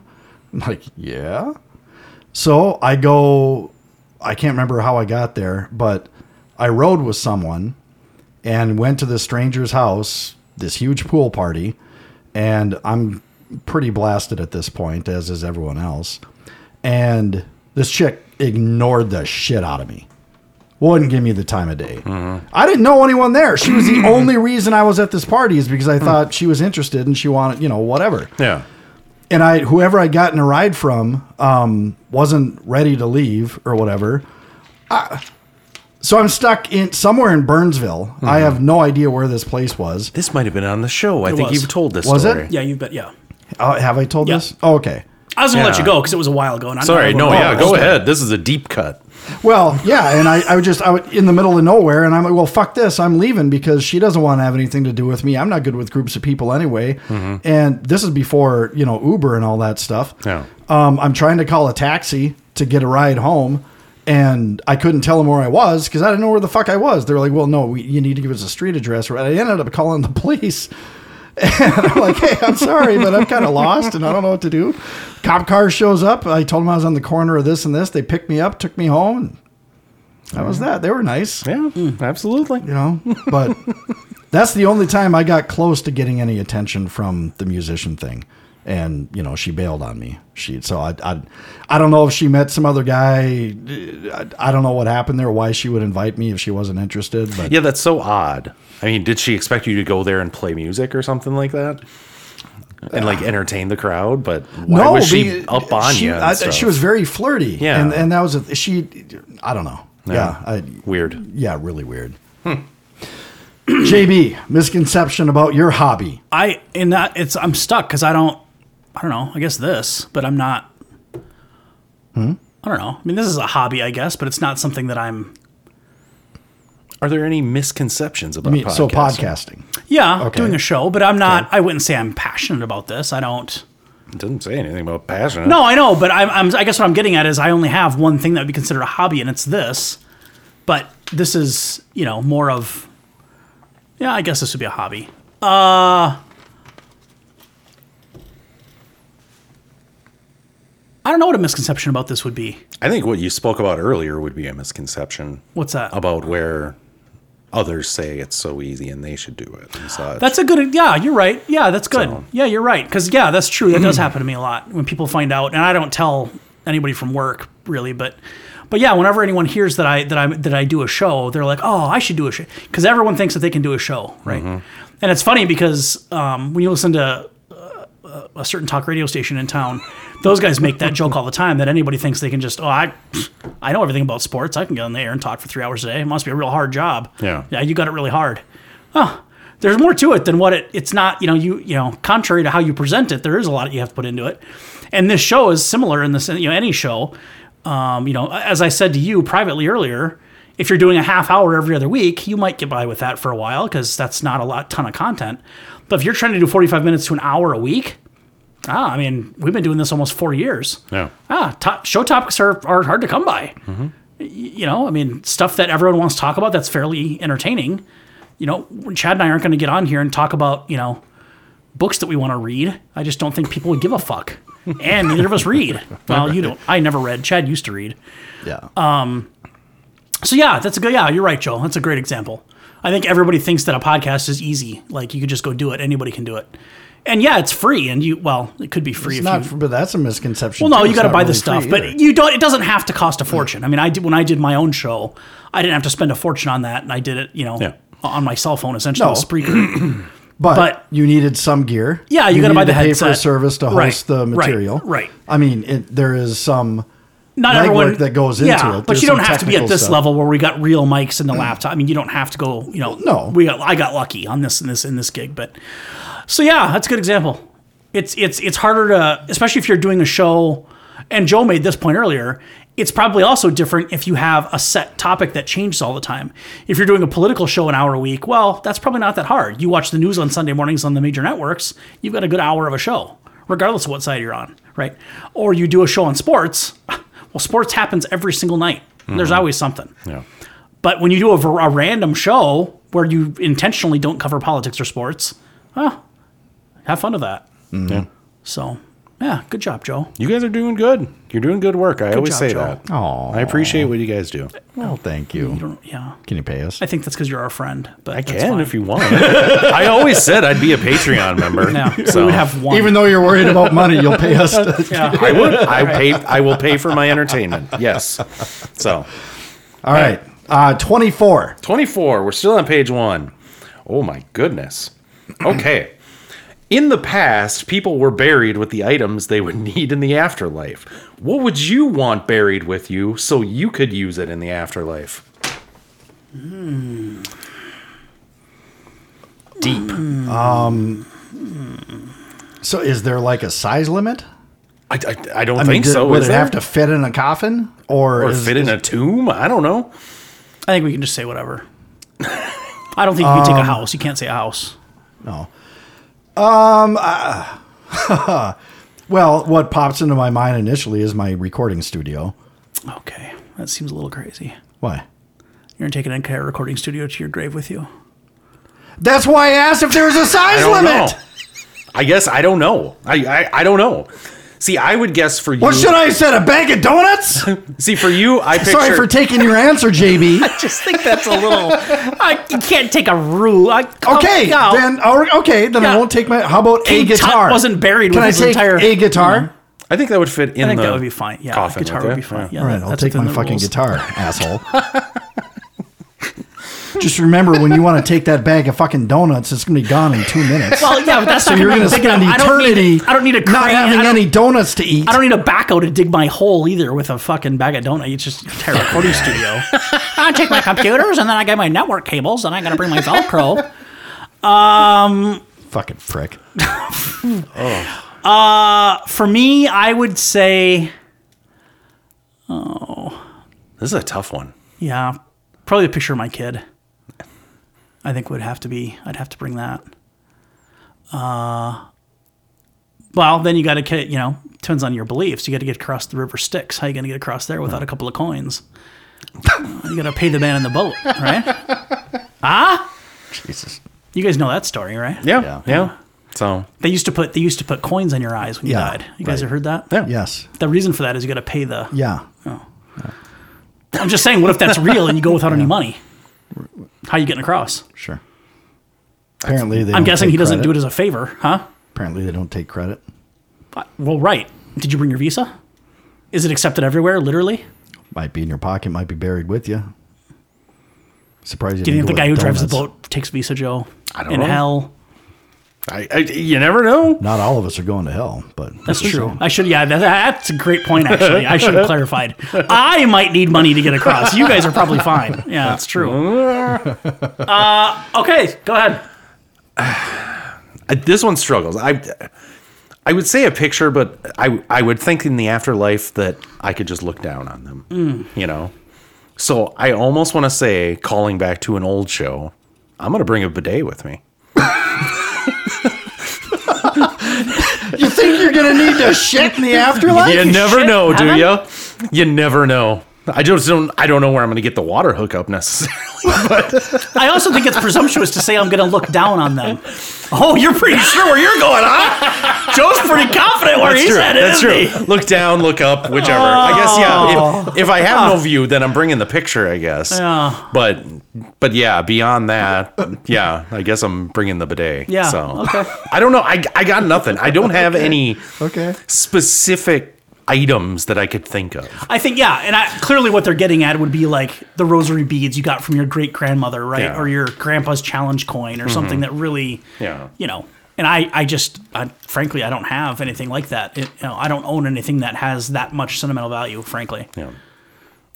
Speaker 1: I'm like, Yeah. So I go, I can't remember how I got there, but I rode with someone and went to this stranger's house, this huge pool party, and I'm pretty blasted at this point, as is everyone else. And this chick ignored the shit out of me. Wouldn't give me the time of day. I didn't know anyone there. She was the only reason I was at this party is because I thought she was interested and she wanted, you know, whatever
Speaker 2: yeah.
Speaker 1: and I whoever I got in a ride from um, wasn't ready to leave or whatever. I, so I'm stuck in somewhere in Burnsville. I have no idea where this place was.
Speaker 2: This might have been on the show. I think
Speaker 3: was.
Speaker 2: you've told this
Speaker 1: Was it?
Speaker 2: story.
Speaker 3: Yeah, you bet. Yeah.
Speaker 1: Uh, have I told
Speaker 3: Yeah.
Speaker 1: this? Oh, okay.
Speaker 3: I was going to let
Speaker 2: Yeah.
Speaker 3: you go because it was a while ago. And I'm
Speaker 2: Sorry. No.
Speaker 3: not- Oh,
Speaker 2: Yeah. Go
Speaker 3: okay.
Speaker 2: ahead. This is a deep cut.
Speaker 1: Well, yeah, and I, I would just I would in the middle of nowhere, and I'm like, well, fuck this, I'm leaving because she doesn't want to have anything to do with me. I'm not good with groups of people anyway, and this is before you know Uber and all that stuff.
Speaker 2: Yeah.
Speaker 1: um, I'm trying to call a taxi to get a ride home, and I couldn't tell them where I was because I didn't know where the fuck I was. They're like, well, no, we, you need to give us a street address. Right? I ended up calling the police. And I'm like, hey, I'm sorry, but I'm kind of lost and I don't know what to do. Cop car shows up. I told them I was on the corner of this and this. They picked me up, took me home. That was that. They were nice,
Speaker 2: Yeah.
Speaker 3: Hmm.
Speaker 2: Absolutely.
Speaker 1: you know. But that's the only time I got close to getting any attention from the musician thing. And you know, she bailed on me. She so I I, I don't know if she met some other guy. I, I don't know what happened there. Why she would invite me if she wasn't interested. But
Speaker 2: Yeah. That's so odd. I mean, did she expect you to go there and play music or something like that? And like entertain the crowd, but why was she
Speaker 1: Uh, be-
Speaker 2: up on
Speaker 1: she-
Speaker 2: you? and
Speaker 1: I-
Speaker 2: stuff?
Speaker 1: she was very flirty.
Speaker 2: Yeah.
Speaker 1: and, and that was a, she. I don't know. Yeah, I,
Speaker 2: weird.
Speaker 1: yeah, really weird. JB, misconception about your hobby.
Speaker 3: I and that it's I'm stuck because I don't I don't know I guess this but I'm not I don't know I mean this is a hobby I guess but it's not something that I'm
Speaker 2: Are there any misconceptions about
Speaker 1: I mean, so podcasting.
Speaker 2: podcasting?
Speaker 3: yeah
Speaker 1: Okay.
Speaker 3: doing a show but I'm not I wouldn't say I'm passionate about this I don't
Speaker 2: It doesn't say anything about passion.
Speaker 3: no I know but I'm, I'm I guess what I'm getting at is I only have one thing that would be considered a hobby and it's this but this is you know more of yeah I guess this would be a hobby uh I don't know what a misconception about this would be.
Speaker 2: I think what you spoke about earlier would be a misconception
Speaker 3: What's that?
Speaker 2: about where others say it's so easy and they should do it. And such.
Speaker 3: That's a good. Yeah, you're right. Yeah, that's good.
Speaker 2: So-
Speaker 3: Yeah, you're right. Because yeah, that's true. That does happen to me a lot when people find out, and I don't tell anybody from work really, but but yeah, whenever anyone hears that I that I that I do a show, they're like, oh, I should do a show because everyone thinks that they can do a show, right? And it's funny because um, when you listen to uh, a certain talk radio station in town, those guys make that joke all the time that anybody thinks they can just oh I I know everything about sports. I can get on the air and talk for three hours a day. It must be a real hard job.
Speaker 2: Yeah.
Speaker 3: yeah, you got it really hard there's more to it than what it it's not you know you you know contrary to how you present it there is a lot you have to put into it and this show is similar in this you know any show um, you know as i said to you privately earlier if you're doing a half hour every other week you might get by with that for a while because that's not a lot ton of content but if you're trying to do 45 minutes to an hour a week ah i mean we've been doing this almost four years
Speaker 2: yeah.
Speaker 3: ah, top, show topics are, are hard to come by. Y- You know, I mean, stuff that everyone wants to talk about that's fairly entertaining. You know, Chad and I aren't going to get on here and talk about, you know, books that we want to read. I just don't think people would give a fuck. And neither of us read. Well, you don't. I never read. Chad used to read.
Speaker 1: Yeah.
Speaker 3: Um, So yeah, that's a good. Yeah, you're right, Joel. That's a great example. I think everybody thinks that a podcast is easy. Like you could just go do it. Anybody can do it. And yeah, it's free. And you well, it could be free
Speaker 1: it's
Speaker 3: if
Speaker 1: not,
Speaker 3: you.
Speaker 1: for but that's a misconception.
Speaker 3: Well, no,
Speaker 1: too.
Speaker 3: you
Speaker 1: It's
Speaker 3: got to
Speaker 1: not
Speaker 3: buy the
Speaker 1: really
Speaker 3: stuff,
Speaker 1: free either.
Speaker 3: but you don't. It doesn't have to cost a fortune. I mean, I did when I did my own show, I didn't have to spend a fortune on that, and I did it, you know,
Speaker 2: Yeah.
Speaker 3: on my cell phone essentially.
Speaker 1: No.
Speaker 3: with Spreaker.
Speaker 1: but,
Speaker 3: but-
Speaker 1: you needed some gear.
Speaker 3: Yeah, you gotta buy
Speaker 1: needed
Speaker 3: the
Speaker 1: to pay for a
Speaker 3: headset.
Speaker 1: service to host
Speaker 3: Right,
Speaker 1: the
Speaker 3: right,
Speaker 1: material.
Speaker 3: right.
Speaker 1: I mean, it, there is some.
Speaker 3: Not
Speaker 1: Legwork
Speaker 3: everyone
Speaker 1: that goes into it.
Speaker 3: but
Speaker 1: There's
Speaker 3: you don't
Speaker 1: some
Speaker 3: have to be at
Speaker 1: technical
Speaker 3: this
Speaker 1: stuff. Mm.
Speaker 3: level where we got real mics and the laptop. I mean, you don't have to go. You know,
Speaker 1: no.
Speaker 3: we got. I got lucky on this in this in this gig, but so yeah, that's a good example. It's it's it's harder to, especially if you're doing a show. And Joe made this point earlier. It's probably also different if you have a set topic that changes all the time. If you're doing a political show an hour a week, well, that's probably not that hard. You watch the news on Sunday mornings on the major networks. You've got a good hour of a show, regardless of what side you're on, right? Or you do a show on sports. Well, sports happens every single night. There's always something.
Speaker 2: Mm-hmm. Yeah.
Speaker 3: But when you do a, ver- a random show where you intentionally don't cover politics or sports, well, have fun with that.
Speaker 2: Mm-hmm. Yeah.
Speaker 3: So, yeah, good job, Joe.
Speaker 2: You guys are doing good. You're doing good work. I always
Speaker 3: job,
Speaker 2: say
Speaker 3: Joel.
Speaker 2: that.
Speaker 1: Aw.
Speaker 2: I appreciate what you guys do.
Speaker 1: Well, thank
Speaker 3: Oh, You
Speaker 1: you.
Speaker 3: don't, yeah,
Speaker 1: Can you pay us?
Speaker 3: I think that's because you're our friend. But
Speaker 2: I can if you want. I always said I'd be a Patreon member.
Speaker 3: Yeah,
Speaker 2: so
Speaker 3: we would have one.
Speaker 1: Even though you're worried about money, you'll pay us. to-
Speaker 3: yeah.
Speaker 2: I would. I pay. I will pay for my entertainment. Yes. So
Speaker 1: All right. Uh, 24.
Speaker 2: 24. We're still on page one. Oh my goodness. Okay. In the past, people were buried with the items they would need in the afterlife. What would you want buried with you so you could use it in the afterlife? Deep.
Speaker 1: So is there like a size limit?
Speaker 2: I, I, I don't
Speaker 1: I mean,
Speaker 2: think
Speaker 1: did-
Speaker 2: so.
Speaker 1: would
Speaker 2: is
Speaker 1: it have
Speaker 2: there?
Speaker 1: to fit in a coffin or,
Speaker 2: or
Speaker 1: is-
Speaker 2: fit in a tomb? I don't know.
Speaker 3: I think we can just say whatever. I don't think you can
Speaker 2: Um,
Speaker 3: take a house. You can't say a house.
Speaker 1: No. Um. uh, well, what pops into my mind initially is my recording studio.
Speaker 3: Okay, that seems a little crazy.
Speaker 1: Why?
Speaker 3: You're gonna take an entire recording studio to your grave with you.
Speaker 1: That's why I asked if there was a
Speaker 2: I
Speaker 1: size
Speaker 2: don't
Speaker 1: limit.
Speaker 2: know. I guess I don't know. I, I I don't know. See, I would guess for you.
Speaker 1: What should I have said? A bag of donuts?
Speaker 2: See, for you, I picture.
Speaker 1: Sorry for taking your answer, JB.
Speaker 3: Just think that's a little. I, you can't take a rule. I, oh,
Speaker 1: Okay, then or, okay, then
Speaker 3: Yeah.
Speaker 1: I won't take my. How about a
Speaker 3: King Tut
Speaker 1: guitar?
Speaker 3: wasn't buried
Speaker 1: Can
Speaker 3: with
Speaker 1: I
Speaker 3: his
Speaker 1: take
Speaker 3: entire-
Speaker 1: a
Speaker 2: Mm-hmm.
Speaker 1: guitar?
Speaker 2: I think that would fit in.
Speaker 3: I think
Speaker 2: the
Speaker 3: that would be fine. Yeah,
Speaker 2: coffin
Speaker 3: guitar
Speaker 2: right
Speaker 3: would be
Speaker 2: there.
Speaker 3: fine.
Speaker 2: Yeah.
Speaker 3: Yeah,
Speaker 1: All right,
Speaker 3: that-
Speaker 1: I'll
Speaker 3: that's
Speaker 1: take
Speaker 3: within
Speaker 1: my
Speaker 3: the
Speaker 1: fucking
Speaker 3: rules.
Speaker 1: guitar, asshole. Just remember when you want to take that bag of fucking donuts, it's gonna be gone in two minutes.
Speaker 3: Well, yeah, but that's
Speaker 1: so
Speaker 3: not
Speaker 1: you're
Speaker 3: gonna
Speaker 1: gonna
Speaker 3: be big enough.
Speaker 1: spend
Speaker 3: I don't need-
Speaker 1: eternity.
Speaker 3: I don't need a
Speaker 1: not
Speaker 3: crane.
Speaker 1: having
Speaker 3: I don't-
Speaker 1: any donuts to eat.
Speaker 3: I don't need a backhoe to dig my hole either with a fucking bag of donut. It's just a entire recording studio. I take my computers and then I get my network cables and I gotta bring my Velcro.
Speaker 1: fucking prick.
Speaker 3: For me, I would say,
Speaker 2: This is a tough one.
Speaker 3: yeah, probably a picture of my kid. I think would have to be. I'd have to bring that. Uh, well, then you got to get. You know, depends on your beliefs. You got to get across the river Styx. How you going to get across there without a couple of coins? you got to pay the man in the boat, right? Ah!
Speaker 1: Jesus.
Speaker 3: You guys know that story, right?
Speaker 2: Yeah,
Speaker 1: Yeah.
Speaker 2: yeah. So
Speaker 3: They used to put they used to put coins on your eyes when you
Speaker 1: Yeah,
Speaker 3: died. You guys
Speaker 1: right.
Speaker 3: have heard that?
Speaker 2: yeah,
Speaker 1: Yes.
Speaker 3: The reason for that is you got to pay the.
Speaker 1: Yeah.
Speaker 3: I'm just saying, what if that's real and you go without any money? How you getting across?
Speaker 1: Sure. Apparently they.
Speaker 3: I'm
Speaker 1: don't
Speaker 3: guessing
Speaker 1: take
Speaker 3: he doesn't
Speaker 1: credit.
Speaker 3: do it as a favor, huh?
Speaker 1: Apparently they don't take credit.
Speaker 3: Uh, Well, right. Did you bring your visa? Is it accepted everywhere? Literally?
Speaker 1: Might be in your pocket. Might be buried with you. Surprised you.
Speaker 3: Do you think
Speaker 1: didn't
Speaker 3: the
Speaker 1: go
Speaker 3: guy who
Speaker 1: with
Speaker 3: drives the
Speaker 1: donuts.
Speaker 3: boat takes visa, Joe?
Speaker 2: I don't
Speaker 3: in
Speaker 2: know.
Speaker 3: hell.
Speaker 2: I, I you never know.
Speaker 1: Not all of us are going to hell, but
Speaker 3: That's true. I should. Yeah, that, that's a great point. Actually, I should have clarified. I might need money to get across. You guys are probably fine. Yeah, that's true. Uh, okay, go ahead.
Speaker 2: Uh, This one struggles. I I would say a picture, but I I would think in the afterlife that I could just look down on them.
Speaker 3: Mm.
Speaker 2: You know. So I almost want to say, calling back to an old show, I'm gonna bring a bidet with me.
Speaker 1: You think you're gonna need to shit in the afterlife?
Speaker 2: you never
Speaker 3: shit,
Speaker 2: know, do
Speaker 3: Adam?
Speaker 2: you? You never know. I just don't. I don't know where I'm going to get the water hookup necessarily.
Speaker 3: I also think it's presumptuous to say I'm going to look down on them. Oh, you're pretty sure where you're going, huh? Joe's pretty confident where he's at,
Speaker 2: That's
Speaker 3: isn't
Speaker 2: true.
Speaker 3: he?
Speaker 2: Look down, look up, whichever. I guess yeah. If, if I have no view, then I'm bringing the picture. I guess.
Speaker 3: Oh. Yeah.
Speaker 2: But but yeah, beyond that, yeah, I guess I'm bringing the bidet.
Speaker 3: Yeah,
Speaker 2: So
Speaker 3: okay.
Speaker 2: I don't know. I I got nothing. I don't have any
Speaker 1: Okay.
Speaker 2: specific items that I could think of.
Speaker 3: I think yeah, and I, clearly what they're getting at would be like the rosary beads you got from your great grandmother, right,
Speaker 2: Yeah. Mm-hmm.
Speaker 3: or your grandpa's challenge coin, or something that really,
Speaker 2: Yeah.
Speaker 3: you know. And I, I just, I, frankly, I don't have anything like that. It, you know, I don't own anything that has that much sentimental value, frankly.
Speaker 2: Yeah.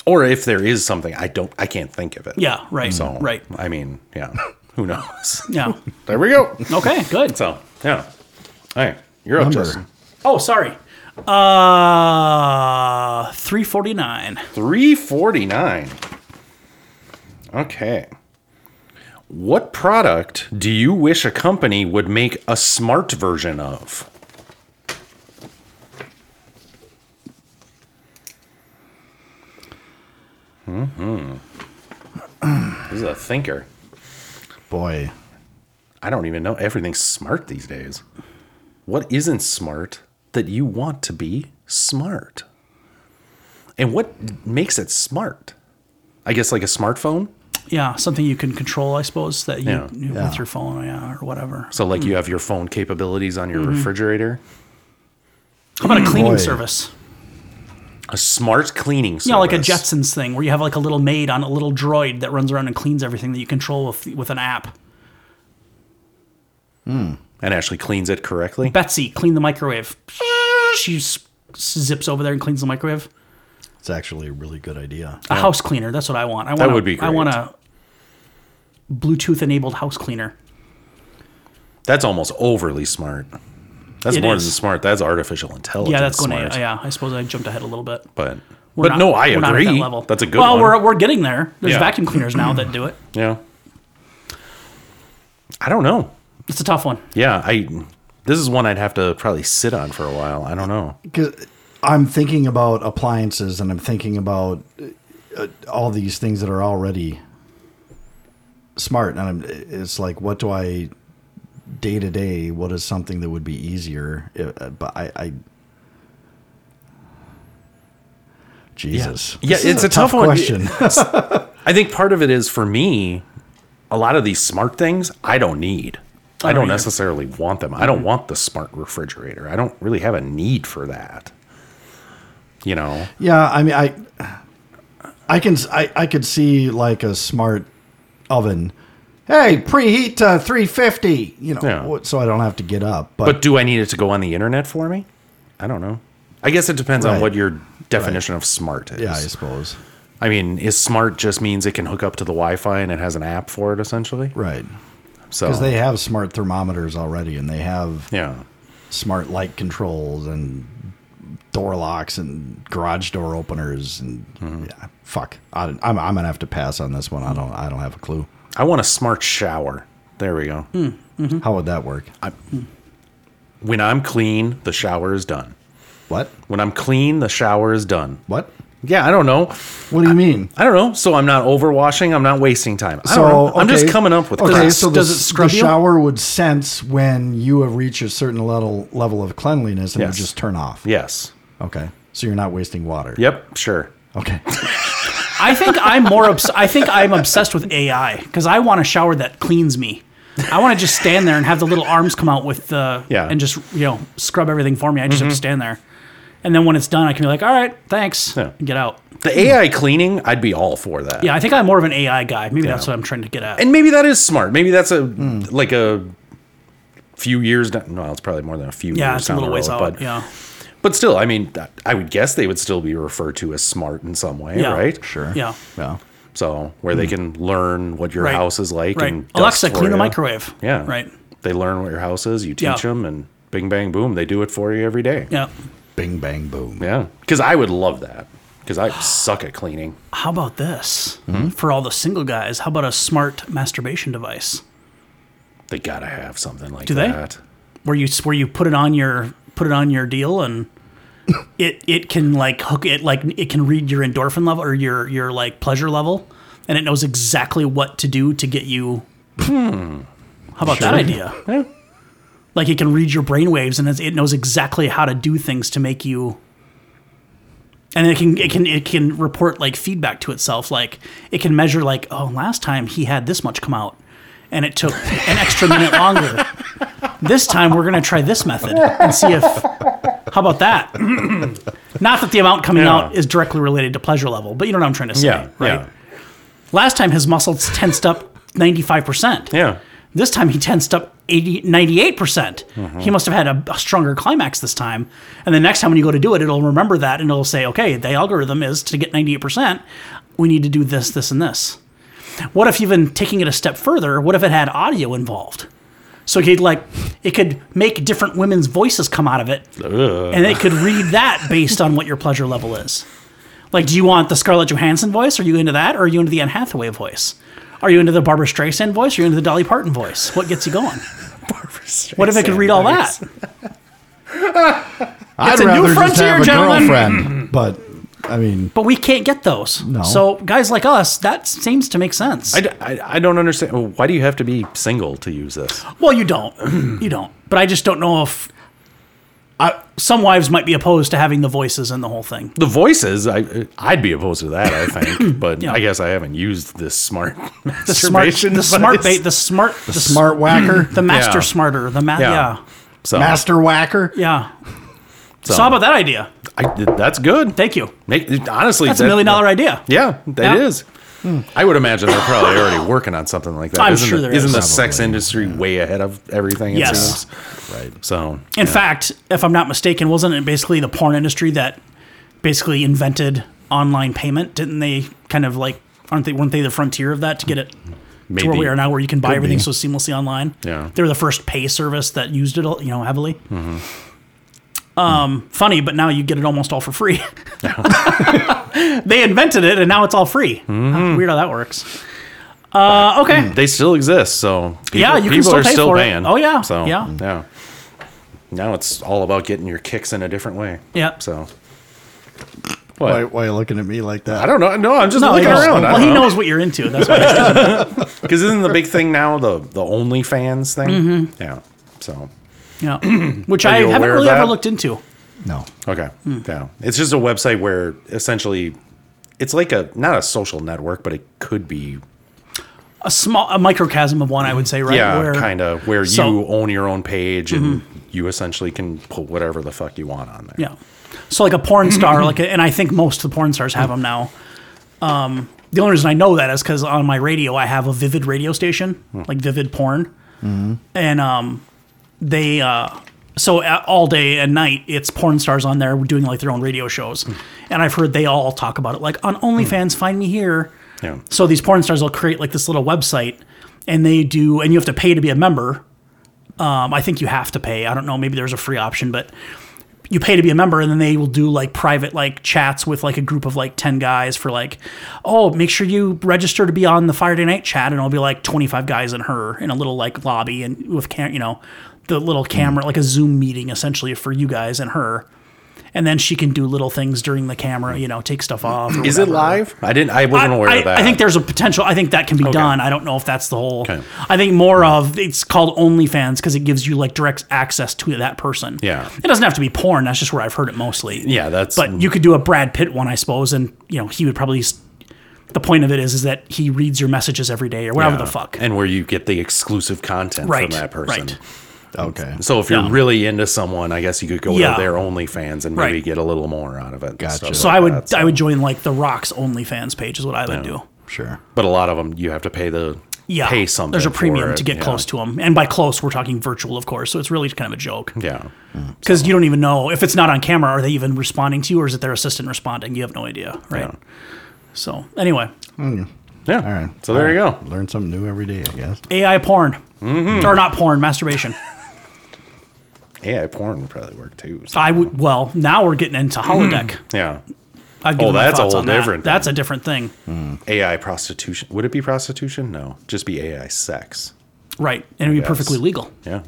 Speaker 2: Or if there is something, I don't. I can't think of it.
Speaker 3: Yeah, right,
Speaker 2: So
Speaker 3: right.
Speaker 2: I mean, yeah. Who knows?
Speaker 3: Yeah.
Speaker 2: there we go.
Speaker 3: Okay, good.
Speaker 2: So yeah. All right, you're up,
Speaker 1: Number.
Speaker 2: Justin.
Speaker 3: Oh, sorry. Uh, three forty nine.
Speaker 2: 349. Okay. What product do you wish a company would make a smart version of? Mm-hmm. This is a thinker.
Speaker 1: Boy.
Speaker 2: I don't even know. Everything's smart these days. What isn't smart that you want to be smart? And what makes it smart? I guess like a smartphone.
Speaker 3: Yeah, something you can control, I suppose, that you
Speaker 2: Yeah.
Speaker 3: you-
Speaker 1: Yeah.
Speaker 3: with your phone, yeah, or whatever.
Speaker 2: So like you have your phone capabilities on your
Speaker 3: Mm-hmm.
Speaker 2: refrigerator.
Speaker 3: How about a cleaning
Speaker 1: Boy.
Speaker 3: service?
Speaker 2: A smart cleaning service.
Speaker 3: Yeah, like a Jetsons thing where you have like a little maid on a little droid that runs around and cleans everything that you control with, with an app.
Speaker 2: And actually cleans it correctly.
Speaker 3: Betsy, clean the microwave. She s- zips over there and cleans the microwave.
Speaker 1: It's actually a really good idea.
Speaker 3: A house cleaner. That's what I want. I want.
Speaker 2: would be
Speaker 3: I want
Speaker 2: great.
Speaker 3: a Bluetooth enabled house cleaner.
Speaker 2: That's almost overly smart. That's
Speaker 3: It
Speaker 2: more
Speaker 3: is.
Speaker 2: than smart. That's artificial intelligence.
Speaker 3: yeah, that's going
Speaker 2: smart.
Speaker 3: to. Yeah, I suppose I jumped ahead a little bit.
Speaker 2: But
Speaker 3: We're
Speaker 2: but
Speaker 3: not-
Speaker 2: no, I
Speaker 3: we're not at
Speaker 2: agree.
Speaker 3: that level.
Speaker 2: That's a good
Speaker 3: well,
Speaker 2: one.
Speaker 3: we're we're getting there. There's
Speaker 2: Yeah.
Speaker 3: vacuum cleaners now that do it.
Speaker 2: yeah. I don't know.
Speaker 3: It's a tough one.
Speaker 2: Yeah, I. This is one I'd have to probably sit on for a while. I don't know.
Speaker 1: 'Cause I'm thinking about appliances and I'm thinking about uh, all these things that are already smart. And I'm, it's like, what do I day to day? What is something that would be easier? Uh, But I, I Jesus.
Speaker 2: Yeah,
Speaker 1: This is
Speaker 2: it's a tough one.
Speaker 1: question.
Speaker 2: I think part of it is for me, a lot of these smart things I don't need.
Speaker 1: Oh,
Speaker 2: I don't necessarily want them. I
Speaker 1: Mm-hmm.
Speaker 2: don't want the smart refrigerator. I don't really have a need for that. You know,
Speaker 1: Yeah, I mean, I, I can, I, I could see like a smart oven. Hey, preheat to 350. You know,
Speaker 2: Yeah.
Speaker 1: what- so I don't have to get up. But,
Speaker 2: but do I need it to go on the internet for me? I don't know. I guess it depends on
Speaker 1: Right.
Speaker 2: what your definition of smart is.
Speaker 1: yeah, I suppose.
Speaker 2: I mean, is smart just means it can hook up to the Wi-Fi and it has an app for it essentially?
Speaker 1: Right,
Speaker 2: So
Speaker 1: because they have smart thermometers already, and they have
Speaker 2: yeah.
Speaker 1: smart light controls and door locks and garage door openers and
Speaker 2: Mm-hmm.
Speaker 1: yeah, fuck. I, I'm, I'm gonna have to pass on this one. I don't, I don't have a clue.
Speaker 2: I want a smart shower. There we go.
Speaker 3: Hmm.
Speaker 2: Hmm.
Speaker 1: How would that work?
Speaker 2: When I'm clean, the shower is done.
Speaker 1: what?
Speaker 2: When I'm clean, the shower is done.
Speaker 1: What?
Speaker 2: Yeah, I don't know.
Speaker 1: What do you mean?
Speaker 2: I don't know. So I'm not overwashing. I'm not wasting time. I
Speaker 1: So
Speaker 2: don't know. I'm just
Speaker 1: okay.
Speaker 2: coming up with
Speaker 1: Okay,
Speaker 2: this.
Speaker 1: so
Speaker 3: does
Speaker 1: the,
Speaker 3: it scrub
Speaker 1: the
Speaker 3: you?
Speaker 1: shower would sense when you have reached a certain level level of cleanliness and it would
Speaker 2: Yes.
Speaker 1: just turn off.
Speaker 2: yes.
Speaker 1: Okay. So you're not wasting water.
Speaker 2: Yep. Sure.
Speaker 1: Okay.
Speaker 3: I think I'm more. Obs- I think I'm obsessed with AI because I want a shower that cleans me. I want to just stand there and have the little arms come out with the
Speaker 2: Yeah. Mm-hmm.
Speaker 3: and just you know scrub everything for me. I just have to stand there, and then when it's done, I can be like, "All right, thanks,
Speaker 2: Yeah.
Speaker 3: and get out."
Speaker 2: The AI cleaning, I'd be all for that.
Speaker 3: Hmm. Yeah, I think I'm more of an AI guy. Maybe that's what I'm trying to get at.
Speaker 2: And maybe that is smart. Maybe that's a
Speaker 3: Hmm.
Speaker 2: like a few years. Down, no, it's probably more than a few
Speaker 3: yeah,
Speaker 2: years
Speaker 3: it's a
Speaker 2: down
Speaker 3: little
Speaker 2: the
Speaker 3: ways
Speaker 2: road.
Speaker 3: out.
Speaker 2: but
Speaker 3: yeah,
Speaker 2: but still, I mean, I would guess they would still be referred to as smart in some way,
Speaker 3: Yeah.
Speaker 2: right?
Speaker 1: Sure.
Speaker 3: yeah,
Speaker 1: Yeah.
Speaker 2: So where they can learn what your
Speaker 3: Hmm. Right.
Speaker 2: house is like
Speaker 3: right.
Speaker 2: and dust
Speaker 3: Alexa,
Speaker 2: for
Speaker 3: clean the
Speaker 2: you.
Speaker 3: microwave.
Speaker 2: Yeah.
Speaker 3: right.
Speaker 2: They learn what your house is. You teach
Speaker 3: Yeah.
Speaker 2: them, and bing bang boom, they do it for you every day.
Speaker 3: Yeah.
Speaker 1: Bing bang boom.
Speaker 2: Yeah, because I would love that. Because I suck at cleaning.
Speaker 3: How about this
Speaker 2: Mm-hmm.
Speaker 3: for all the single guys? How about a smart masturbation device?
Speaker 2: They gotta have something like
Speaker 3: Do they?
Speaker 2: that.
Speaker 3: where you where you put it on your put it on your deal and it it can like hook it like it can read your endorphin level or your your like pleasure level and it knows exactly what to do to get you how about that idea Like it can read your brainwaves and it's- it knows exactly how to do things to make you. And it can it can it can report like feedback to itself. Like it can measure like oh last time he had this much come out, and it took an extra minute longer. This time we're gonna try this method and see if how about that. Not that the amount coming
Speaker 2: Yeah.
Speaker 3: out is directly related to pleasure level, but you know what I'm trying to say,
Speaker 2: Yeah.
Speaker 3: right? Last time his muscles tensed up 95%.
Speaker 2: Yeah.
Speaker 3: This time he tensed up 80, 98%. percent He must have had a, a stronger climax this time. And the next time when you go to do it, it'll remember that and it'll say, okay, the algorithm is to get 98%, we need to do this, this, and this. What if even taking it a step further, what if it had audio involved? So it could like it could make different women's voices come out of it, and it could read that based on what your pleasure level is. Like, do you want the Scarlett Johansson voice? Are you into that? Or are you into the Anne Hathaway voice? Are you into the Barbara Streisand voice? Or are you into the Dolly Parton voice? What gets you going? What if it could read all that?
Speaker 1: I'd
Speaker 3: a new
Speaker 1: rather just
Speaker 3: frontier,
Speaker 1: have a
Speaker 3: gentlemen.
Speaker 1: girlfriend. But I mean,
Speaker 3: But we can't get those.
Speaker 1: No.
Speaker 3: So guys like us, that seems to make sense.
Speaker 2: I, d- I- I don't understand. Why do you have to be single to use this?
Speaker 3: well, you don't. you don't. But I just don't know if some wives might be opposed to having the voices and the whole thing.
Speaker 2: The voices, I, I'd be opposed to that, I think. But
Speaker 3: Yeah.
Speaker 2: I guess I haven't used this smart
Speaker 3: The smart,
Speaker 2: masturbation.
Speaker 3: the smart
Speaker 2: device.
Speaker 3: bait, the smart, the, s-
Speaker 1: smart whacker,
Speaker 3: the master
Speaker 2: Yeah.
Speaker 3: smarter, the ma-
Speaker 2: Yeah.
Speaker 3: yeah,
Speaker 2: So,
Speaker 1: master whacker.
Speaker 3: yeah. So how about that idea?
Speaker 2: I, that's good.
Speaker 3: Thank you.
Speaker 2: Make, honestly,
Speaker 3: That's
Speaker 2: that-
Speaker 3: a million dollar idea.
Speaker 2: Yeah, that
Speaker 3: Yeah.
Speaker 2: is. Hmm. I would imagine they're probably already working on something like that.
Speaker 3: I'm
Speaker 2: isn't
Speaker 3: sure
Speaker 2: the,
Speaker 3: there
Speaker 2: isn't
Speaker 3: is.
Speaker 2: the sex industry way ahead of everything? It
Speaker 3: Yes.
Speaker 2: seems? Right. So
Speaker 3: In fact, if I'm not mistaken, wasn't it basically the porn industry that basically invented online payment? Didn't they kind of like aren't they weren't they the frontier of that to get it to where we
Speaker 2: Maybe.
Speaker 3: are now, where you can buy everything so seamlessly online?
Speaker 2: Yeah. Mm-hmm.
Speaker 3: they were the first pay service that used it, you know, heavily. Um, funny, but now you get it almost all for free. they invented it, and now it's all free. Weird how that works. Uh, okay.
Speaker 2: Mm-hmm. they still exist. So people,
Speaker 3: Yeah, you can
Speaker 2: people
Speaker 3: still
Speaker 2: are
Speaker 3: pay
Speaker 2: still
Speaker 3: for it.
Speaker 2: paying.
Speaker 3: Oh, yeah,
Speaker 2: So
Speaker 3: yeah.
Speaker 2: yeah. Now it's all about getting your kicks in a different way.
Speaker 3: Yep.
Speaker 2: So
Speaker 1: Why, why are you looking at me like that?
Speaker 2: I don't know. No, I'm just
Speaker 3: No, he
Speaker 2: looking
Speaker 3: knows-
Speaker 2: around.
Speaker 3: well, he knows what you're into. That's why.
Speaker 2: because isn't the big thing now the the OnlyFans thing?
Speaker 3: Mm-hmm.
Speaker 2: Yeah. So
Speaker 3: Yeah, which I
Speaker 2: you
Speaker 3: haven't
Speaker 2: aware of
Speaker 3: really ever
Speaker 2: that?
Speaker 3: looked into.
Speaker 1: No.
Speaker 2: Okay.
Speaker 3: Hmm.
Speaker 2: Yeah. It's just a website where essentially it's like a not a social network, but it could be
Speaker 3: A small, a microcosm of one, I would say, right?
Speaker 2: yeah,
Speaker 3: Where-
Speaker 2: kind of where
Speaker 3: so- Mm-hmm.
Speaker 2: you own your own page and you essentially can put whatever the fuck you want on there.
Speaker 3: Yeah. So like a porn star, like, a, and I think most of the porn stars have them now. Um, the only reason I know that is because on my radio, I have a Vivid radio station,
Speaker 2: Hmm.
Speaker 3: like Vivid Porn,
Speaker 2: Mm-hmm.
Speaker 3: and um, they uh, so a- all day and night, it's porn stars on there doing like their own radio shows,
Speaker 2: Hmm.
Speaker 3: and I've heard they all talk about it, like on OnlyFans, find me here.
Speaker 2: Yeah.
Speaker 3: So these porn stars will create like this little website, and they do, and you have to pay to be a member. Um, I think you have to pay. I don't know. Maybe there's a free option, but you pay to be a member, and then they will do like private like chats with like a group of like ten guys for like, oh, make sure you register to be on the Friday night chat, and it'll be like twenty five guys and her in a little like lobby and with cam, you know, the little
Speaker 2: Hmm.
Speaker 3: camera like a Zoom meeting essentially for you guys and her. And then she can do little things during the camera, you know, take stuff off. or
Speaker 2: Is it
Speaker 3: whatever.
Speaker 2: live? I didn't I wasn't aware
Speaker 3: I,
Speaker 2: of that.
Speaker 3: I think there's a potential. I think that can be done. I don't know if that's the whole.
Speaker 2: Okay.
Speaker 3: I think more of it's called OnlyFans because it gives you like direct access to that person.
Speaker 2: Yeah.
Speaker 3: it doesn't have to be porn. That's just where I've heard it mostly.
Speaker 2: Yeah, that's
Speaker 3: but you could do a Brad Pitt one, I suppose, and you know he would probably. s- The point of it is, is that he reads your messages every day or whatever
Speaker 2: yeah.
Speaker 3: the fuck.
Speaker 2: And where you get the exclusive content
Speaker 3: right,
Speaker 2: from that person.
Speaker 3: right.
Speaker 1: Okay.
Speaker 2: So if you're
Speaker 3: Yeah.
Speaker 2: really into someone, I guess you could go
Speaker 3: Yeah.
Speaker 2: to their OnlyFans and maybe
Speaker 3: Right.
Speaker 2: get a little more out of it. and
Speaker 1: Gotcha.
Speaker 2: stuff
Speaker 3: So
Speaker 2: like
Speaker 3: I would,
Speaker 2: that,
Speaker 3: I would join like the Rock's OnlyFans page is what I would do.
Speaker 1: Sure.
Speaker 2: but a lot of them you have to pay the
Speaker 3: Yeah,
Speaker 2: pay something.
Speaker 3: There's a
Speaker 2: for
Speaker 3: premium
Speaker 2: it,
Speaker 3: to get
Speaker 2: yeah.
Speaker 3: close to him, and by close we're talking virtual, of course. So it's really kind of a joke.
Speaker 2: Yeah.
Speaker 3: because you don't even know if it's not on camera are they even responding to you or is it their assistant responding you have no idea right
Speaker 2: Yeah.
Speaker 3: so anyway
Speaker 2: Yeah.
Speaker 1: All right.
Speaker 2: So there you go.
Speaker 1: Learn something new every day, I guess.
Speaker 3: ai porn
Speaker 2: Mm-hmm.
Speaker 3: or not porn masturbation
Speaker 2: AI porn would probably work too. so-
Speaker 3: i would well now we're getting into holodeck
Speaker 2: yeah.
Speaker 3: I've
Speaker 2: Mm. Oh,
Speaker 3: given my
Speaker 2: that's a
Speaker 3: thoughts
Speaker 2: whole
Speaker 3: on that.
Speaker 2: different thing.
Speaker 3: that's a different thing
Speaker 2: AI prostitution. Would it be prostitution? No. Just be AI sex.
Speaker 3: right and it'd be
Speaker 2: Yes.
Speaker 3: perfectly legal
Speaker 2: Yeah.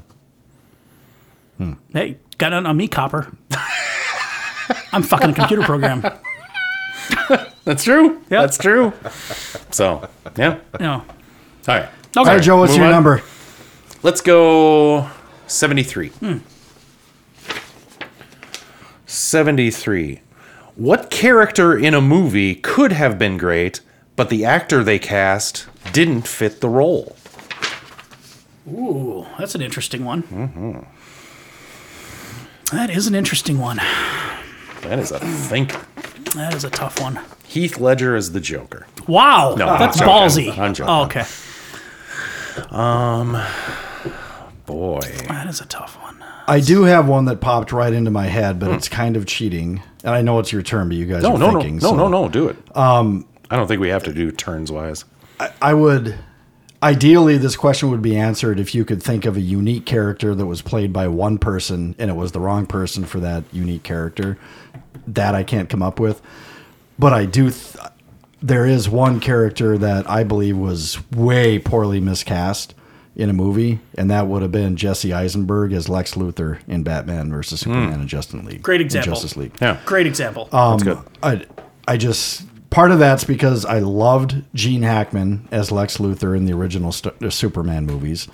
Speaker 3: hey got none on me copper i'm fucking a computer program
Speaker 2: That's true.
Speaker 3: Yeah.
Speaker 2: That's true. so, yeah.
Speaker 3: you know
Speaker 2: All right.
Speaker 3: okay
Speaker 1: All right, Joe, what's
Speaker 2: move
Speaker 1: your
Speaker 2: on.
Speaker 1: number?
Speaker 2: Let's go 73. 73. What character in a movie could have been great, but the actor they cast didn't fit the role?
Speaker 3: Ooh, that's an interesting one.
Speaker 2: Mm-hmm.
Speaker 3: That is an interesting one.
Speaker 2: That is a think.
Speaker 3: That is a tough one.
Speaker 2: Heath Ledger is the Joker.
Speaker 3: Wow,
Speaker 2: No, I'm
Speaker 3: that's
Speaker 2: joking.
Speaker 3: ballsy.
Speaker 2: I'm joking.
Speaker 3: Oh, okay,
Speaker 2: Boy.
Speaker 3: that is a tough one.
Speaker 1: I do have one that popped right into my head, but it's kind of cheating. And I know it's your turn, but you guys
Speaker 2: No,
Speaker 1: are
Speaker 2: no, no,
Speaker 1: thinking.
Speaker 2: no,
Speaker 1: so Um,
Speaker 2: no, no. Do it. I don't think we have to do turns wise.
Speaker 1: I would. Ideally, this question would be answered if you could think of a unique character that was played by one person and it was the wrong person for that unique character. That I can't come up with. But I do. Th- there is one character that I believe was way poorly miscast in a movie, and that would have been Jesse Eisenberg as Lex Luthor in Batman versus Superman and Justin League.
Speaker 3: Hmm. Great
Speaker 1: in
Speaker 3: example.
Speaker 1: Justice League.
Speaker 2: Yeah.
Speaker 3: Great example.
Speaker 1: um,
Speaker 2: That's good.
Speaker 1: I, I just part of that's because I loved Gene Hackman as Lex Luthor in the original st- uh, Superman movies.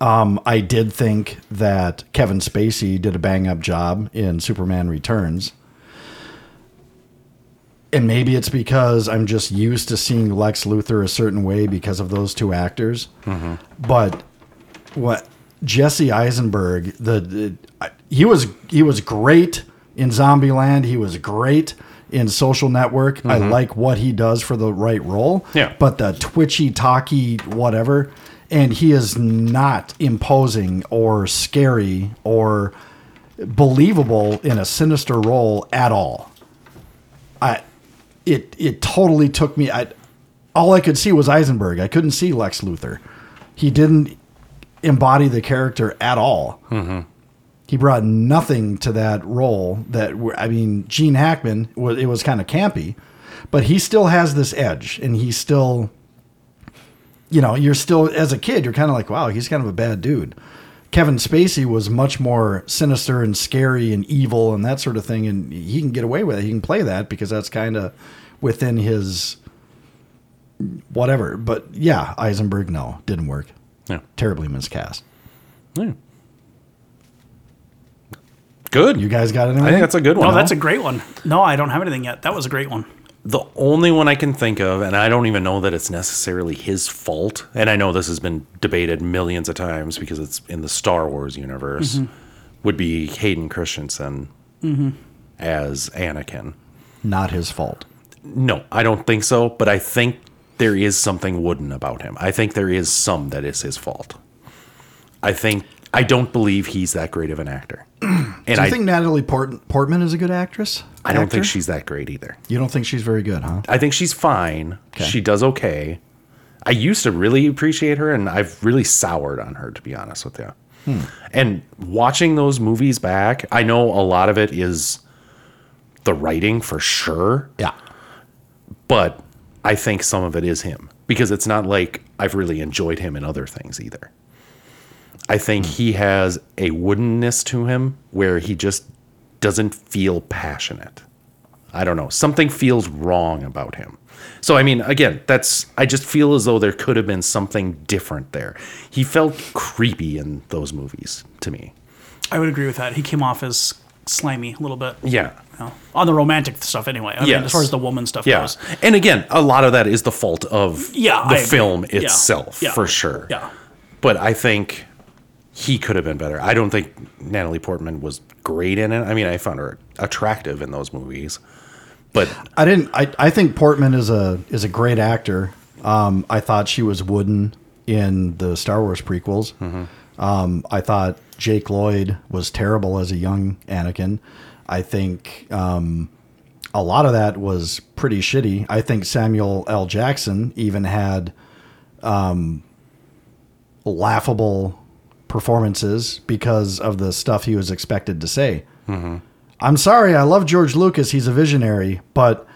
Speaker 1: Um, I did think that Kevin Spacey did a bang up job in Superman Returns. And maybe it's because I'm just used to seeing Lex Luthor a certain way because of those two actors. But what Jesse Eisenberg, the, the I- he was he was great in Zombieland. He was great in Social Network. I like what he does for the right role.
Speaker 2: Yeah.
Speaker 1: but the twitchy, talky, whatever, and he is not imposing or scary or believable in a sinister role at all. I it it totally took me I all I could see was Eisenberg. I couldn't see Lex Luthor. He didn't embody the character at all. He brought nothing to that role that w- I mean Gene Hackman was it was kind of campy, but he still has this edge and he still you know, you're still as a kid, you're kind of like, wow, he's kind of a bad dude. Kevin Spacey was much more sinister and scary and evil and that sort of thing, and he can get away with it. He can play that because that's kind of within his whatever. But yeah, Eisenberg, no, didn't work.
Speaker 2: Yeah.
Speaker 1: Terribly miscast.
Speaker 2: Yeah. Good.
Speaker 1: You guys got anything?
Speaker 2: I think that's a good one.
Speaker 3: no, that's a great one. No, I don't have anything yet. That was a great one.
Speaker 2: the only one I can think of, and I don't even know that it's necessarily his fault. And I know this has been debated millions of times because it's in the Star Wars universe.
Speaker 1: Mm-hmm.
Speaker 2: Would be Hayden Christensen as Anakin.
Speaker 1: not his fault.
Speaker 2: No, I don't think so. But I think there is something wooden about him. I think there is some that is his fault. I think I don't believe he's that great of an actor, and
Speaker 1: Do you
Speaker 2: I
Speaker 1: think Natalie Port- Portman is a good actress?
Speaker 2: I don't think
Speaker 1: Actor?
Speaker 2: she's that great either.
Speaker 1: You don't think she's very good, huh?
Speaker 2: I think she's fine. She does okay. I used to really appreciate her, and I've really soured on her, to be honest with you.
Speaker 1: Hmm.
Speaker 2: And watching those movies back, I know a lot of it is the writing for sure,
Speaker 1: Yeah.
Speaker 2: but I think some of it is him because it's not like I've really enjoyed him in other things either. I
Speaker 3: Hmm.
Speaker 2: think he has a woodenness to him where he just doesn't feel passionate. I don't know. Something feels wrong about him. So I mean, again, that's I just feel as though there could have been something different there. He felt creepy in those movies to me.
Speaker 3: I would agree with that. He came off as slimy a little bit.
Speaker 2: Yeah.
Speaker 3: you know, on the romantic stuff anyway. I mean,
Speaker 2: Yes.
Speaker 3: as far as the woman stuff
Speaker 2: Yeah.
Speaker 3: goes.
Speaker 2: And again, a lot of that is the fault of
Speaker 3: Yeah, I
Speaker 2: the
Speaker 3: agree.
Speaker 2: film
Speaker 3: Yeah.
Speaker 2: itself
Speaker 3: Yeah.
Speaker 2: for sure.
Speaker 3: Yeah.
Speaker 2: but I think he could have been better. I don't think Natalie Portman was great in it. I mean, I found her attractive in those movies, but
Speaker 1: I didn't. I, I think Portman is a is a great actor. Um, I thought she was wooden in the Star Wars prequels. Um, I thought Jake Lloyd was terrible as a young Anakin. I think um, a lot of that was pretty shitty. I think Samuel L. Jackson even had um, laughable performances because of the stuff he was expected to say. I'm sorry, I love George Lucas. He's a visionary, but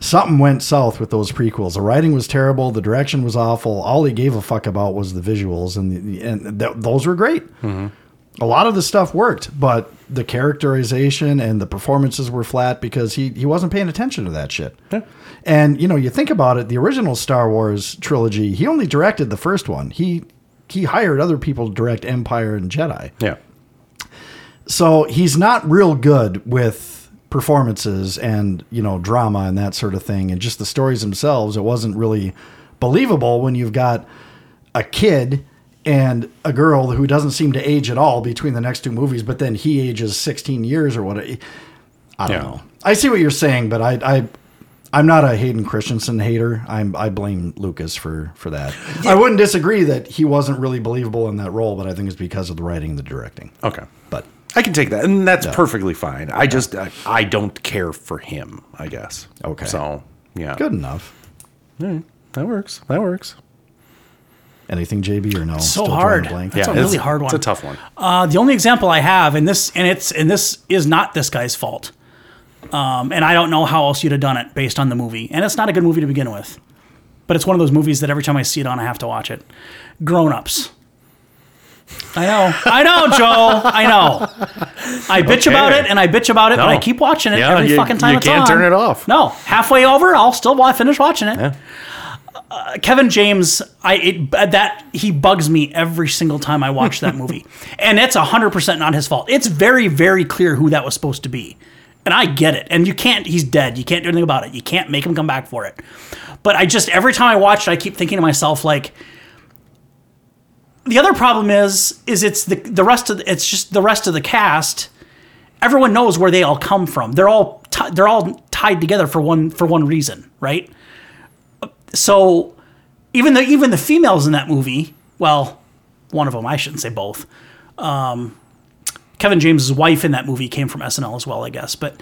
Speaker 1: something went south with those prequels. The writing was terrible. The direction was awful. All he gave a fuck about was the visuals, and the, and th- those were great. A lot of the stuff worked, but the characterization and the performances were flat because he he wasn't paying attention to that shit. And you know, you think about it, the original Star Wars trilogy, he only directed the first one. He he hired other people to direct Empire and Jedi.
Speaker 2: Yeah.
Speaker 1: So he's not real good with performances and, you know, drama and that sort of thing. And just the stories themselves, it wasn't really believable when you've got a kid and a girl who doesn't seem to age at all between the next two movies, but then he ages 16 years or what. I don't
Speaker 2: Yeah.
Speaker 1: know. I see what you're saying, but I, I, I'm not a Hayden Christensen hater. I'm, I blame Lucas for, for that. I wouldn't disagree that he wasn't really believable in that role, but I think it's because of the writing and the directing.
Speaker 2: Okay.
Speaker 1: But
Speaker 2: I can take that, and that's perfectly fine. I just I, I don't care for him. I guess.
Speaker 1: Okay.
Speaker 2: So yeah,
Speaker 1: good enough.
Speaker 2: That works. That works.
Speaker 1: Anything, JB, or no?
Speaker 3: so
Speaker 1: Still drawing
Speaker 3: hard.
Speaker 1: a blank?
Speaker 3: That's
Speaker 2: yeah,
Speaker 3: a really hard one.
Speaker 2: It's a tough one.
Speaker 3: Uh, the only example I have, and this, and it's, and this is not this guy's fault. Um, and I don't know how else you'd have done it based on the movie. And it's not a good movie to begin with, but it's one of those movies that every time I see it on, I have to watch it. Grown ups. I know, I know, Joe. I know. I bitch about
Speaker 2: Okay.
Speaker 3: it and I bitch about it, but I
Speaker 2: No.
Speaker 3: keep watching it
Speaker 2: Yeah,
Speaker 3: every
Speaker 2: you-
Speaker 3: fucking time
Speaker 2: you
Speaker 3: it's
Speaker 2: can't
Speaker 3: on.
Speaker 2: turn it off.
Speaker 3: No, halfway over, I'll still wa- finish watching it. Uh,
Speaker 2: Yeah.
Speaker 3: Kevin James, I it, that he bugs me every single time I watch that movie, and it's hundred percent not his fault. It's very, very clear who that was supposed to be, and I get it. And you can't, he's dead. You can't do anything about it. You can't make him come back for it. But I just every time I watch it, I keep thinking to myself like, the other problem is, is it's the the rest of the, it's just the rest of the cast. Everyone knows where they all come from. They're all ti they're all tied together for one for one reason, right? So even the even the females in that movie, well, one of them, I shouldn't say both. Um, Kevin James's wife in that movie came from SNL as well, I guess. But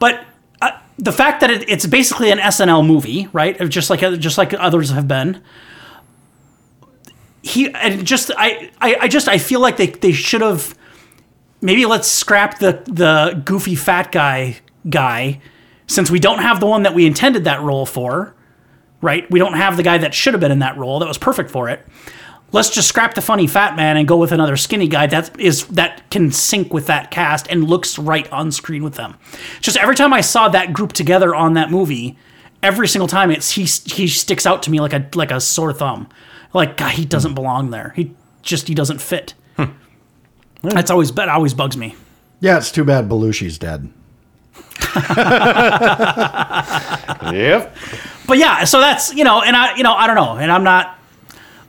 Speaker 3: but uh, the fact that it, it's basically an SNL movie, right? Of Just like just like others have been. He and just I, I I just I feel like they they should have maybe let's scrap the the goofy fat guy guy since we don't have the one that we intended that role for right? We don't have the guy that should have been in that role that was perfect for it. Let's just scrap the funny fat man and go with another skinny guy that is that can sync with that cast and looks right on screen with them. Just every time I saw that group together on that movie, every single time it's he he sticks out to me like a like a sore thumb. Like God, he doesn't belong there. He just he doesn't fit. That's always that always bugs me.
Speaker 1: Yeah, it's too bad Belushi's dead.
Speaker 4: Yep.
Speaker 3: but yeah, so that's you know, and I you know I don't know, and I'm not,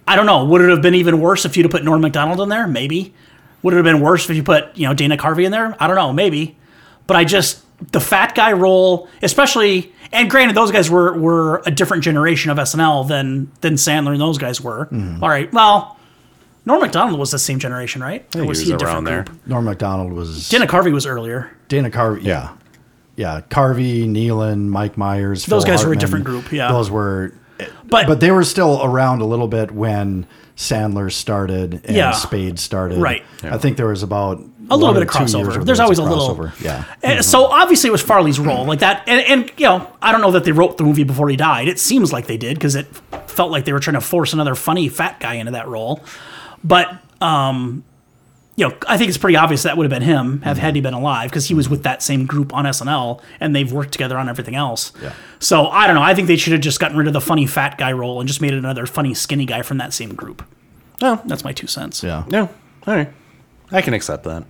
Speaker 3: I don't know. Would it have been even worse if you'd have put Norm Macdonald in there? Maybe. Would it have been worse if you put you know Dana Carvey in there? I don't know, maybe. But I just the fat guy role, especially, and granted, those guys were were a different generation of SNL than than Sandler and those guys were.
Speaker 2: Mm-hmm.
Speaker 3: All right, well, Norm Macdonald was the same generation, right? Or
Speaker 2: He was,
Speaker 3: a
Speaker 2: around
Speaker 3: different
Speaker 2: there.
Speaker 3: group?
Speaker 1: Norm Macdonald was
Speaker 3: Dana Carvey was earlier.
Speaker 1: Dana Carvey. Yeah, yeah, Carvey, Nealon, Mike Myers.
Speaker 3: Those
Speaker 1: Phil
Speaker 3: guys were a
Speaker 1: Hartman,
Speaker 3: different group, yeah.
Speaker 1: those were,
Speaker 3: But,
Speaker 1: but they were still around a little bit when Sandler started and
Speaker 3: Yeah.
Speaker 1: Spade started.
Speaker 3: Right.
Speaker 1: I think there was about
Speaker 3: A little
Speaker 1: one
Speaker 3: bit
Speaker 1: or
Speaker 3: of
Speaker 1: two years
Speaker 3: crossover.
Speaker 1: where
Speaker 3: There's
Speaker 1: there was
Speaker 3: always a little-
Speaker 1: crossover. Yeah.
Speaker 3: And Eh, So obviously it was Farley's role, like that, and, and you know I don't know that they wrote the movie before he died. It seems like they did because it felt like they were trying to force another funny fat guy into that role. But um, you know I think it's pretty obvious that would have been him
Speaker 1: Mm-hmm.
Speaker 3: have had he been alive because he was with that same group on SNL and they've worked together on everything else.
Speaker 1: Yeah.
Speaker 3: So I don't know. I think they should have just gotten rid of the funny fat guy role and just made it another funny skinny guy from that same group.
Speaker 2: Oh.
Speaker 3: that's my two cents.
Speaker 1: Yeah.
Speaker 2: Yeah. All right. I can accept that.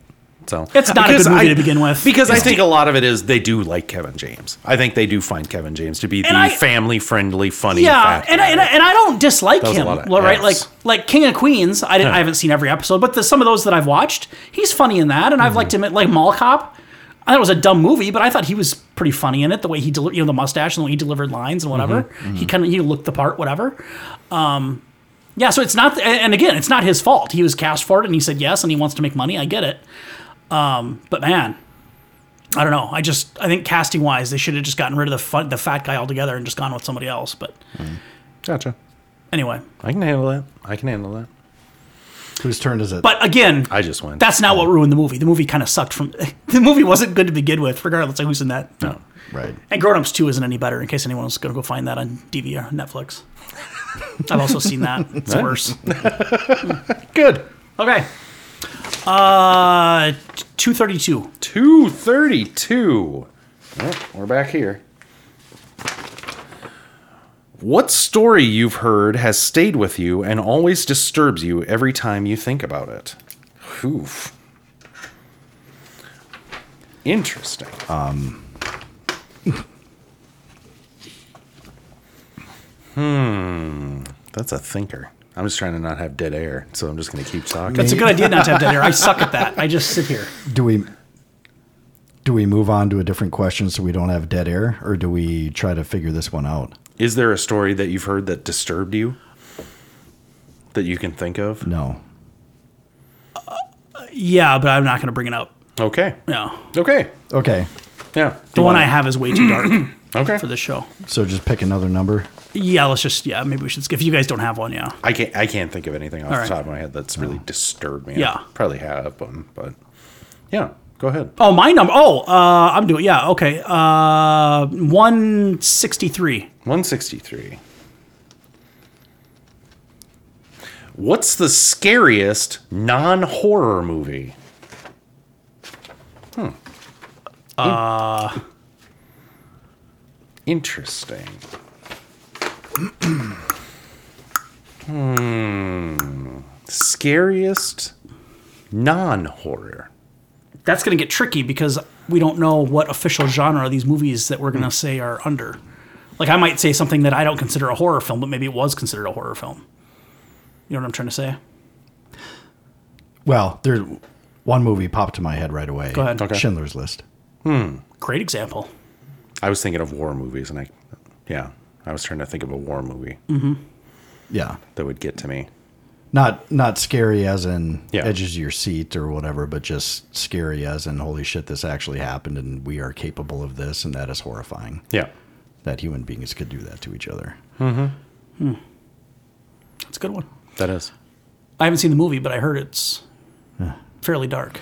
Speaker 2: So
Speaker 3: It's not a
Speaker 2: Because
Speaker 3: good movie to begin with.
Speaker 2: Because I think a lot of it is they do like Kevin James. I think they do find Kevin James to be the
Speaker 3: And I-
Speaker 2: family friendly, funny.
Speaker 3: Yeah,
Speaker 2: fat
Speaker 3: and I,
Speaker 2: guy.
Speaker 3: and, I, and I don't dislike
Speaker 2: was a
Speaker 3: him.
Speaker 2: lot of
Speaker 3: well, right, like
Speaker 2: Fs.
Speaker 3: like King of Queens. I didn't,
Speaker 2: Yeah.
Speaker 3: I haven't seen every episode, but the, some of those that I've watched, he's funny in that, and
Speaker 2: Mm-hmm.
Speaker 3: I've liked him at like Mall Cop. I thought it was a dumb movie, but I thought he was pretty funny in it. The way he deli- you know, the mustache and the way he delivered lines and whatever.
Speaker 2: Mm-hmm.
Speaker 3: He kind of he looked the part, whatever. Um, yeah, so it's not, and again, it's not his fault. He was cast for it, and he said yes, and he wants to make money. I get it, um, but man. I don't know. I just I think casting wise, they should have just gotten rid of the fun, the fat guy altogether and just gone with somebody else. But
Speaker 2: gotcha.
Speaker 3: anyway,
Speaker 2: I can handle that. I can handle that.
Speaker 1: Whose turn is it?
Speaker 3: But again,
Speaker 2: I just went.
Speaker 3: that's not what ruined the movie. The movie kind of sucked from. The movie wasn't good to begin with, regardless of who's in that.
Speaker 2: no.
Speaker 1: right.
Speaker 3: And Grown Ups 2 isn't any better, in case anyone was going to go find that on DVR, Netflix. I've also seen that. It's worse.
Speaker 2: Good.
Speaker 3: Okay. Uh, 232.
Speaker 2: Two thirty-two. Well, we're back here. What story you've heard has stayed with you and always disturbs you every time you think about it? Oof. Interesting. hmm. That's a thinker. I'm just trying to not have dead air, so I'm just going to keep talking.
Speaker 3: It's a good idea not to have dead air. I suck at that. I just sit here.
Speaker 1: Do we do we move on to a different question so we don't have dead air, or do we try to figure this one out?
Speaker 2: Is there a story that you've heard that disturbed you that you can think of?
Speaker 1: No.
Speaker 3: Yeah, but I'm not going to bring it up.
Speaker 2: Okay.
Speaker 3: No.
Speaker 2: Okay.
Speaker 1: Okay,
Speaker 2: Yeah.
Speaker 3: The one I have is way too dark
Speaker 2: Okay.
Speaker 3: for this show.
Speaker 1: so just pick another number.
Speaker 3: Yeah, let's just, yeah, maybe we should, if you guys don't have one, yeah.
Speaker 2: I can't. I can't think of anything off
Speaker 3: All right. Oh.
Speaker 2: the top of my head that's really disturbed me. I
Speaker 3: Yeah.
Speaker 2: probably have them, but yeah. Go ahead.
Speaker 3: Oh, my number. Oh, uh, I'm doing, yeah, okay. Uh, 163.
Speaker 2: One sixty-three. What's the scariest non-horror movie? Hmm. Uh. Interesting. hmm. Scariest non-horror.
Speaker 3: That's going to get tricky because we don't know what official genre these movies that we're going to say are under. Like, I might say something that I don't consider a horror film, but maybe it was considered a horror film. You know what I'm trying to say?
Speaker 1: Well, there one movie popped to my head right away.
Speaker 3: Go ahead.
Speaker 2: Okay.
Speaker 1: Schindler's List.
Speaker 3: Great example.
Speaker 2: I was thinking of war movies, and I, yeah, I was trying to think of a war movie
Speaker 1: Yeah,
Speaker 2: that would get to me.
Speaker 1: not not scary as in
Speaker 2: Yeah.
Speaker 1: edges of your seat or whatever, but just scary as in holy shit, this actually happened and we are capable of this, and that is horrifying.
Speaker 2: Yeah,
Speaker 1: That human beings could do that to each other.
Speaker 3: That's a good one.
Speaker 2: that is.
Speaker 3: I haven't seen the movie, but I heard it's fairly dark.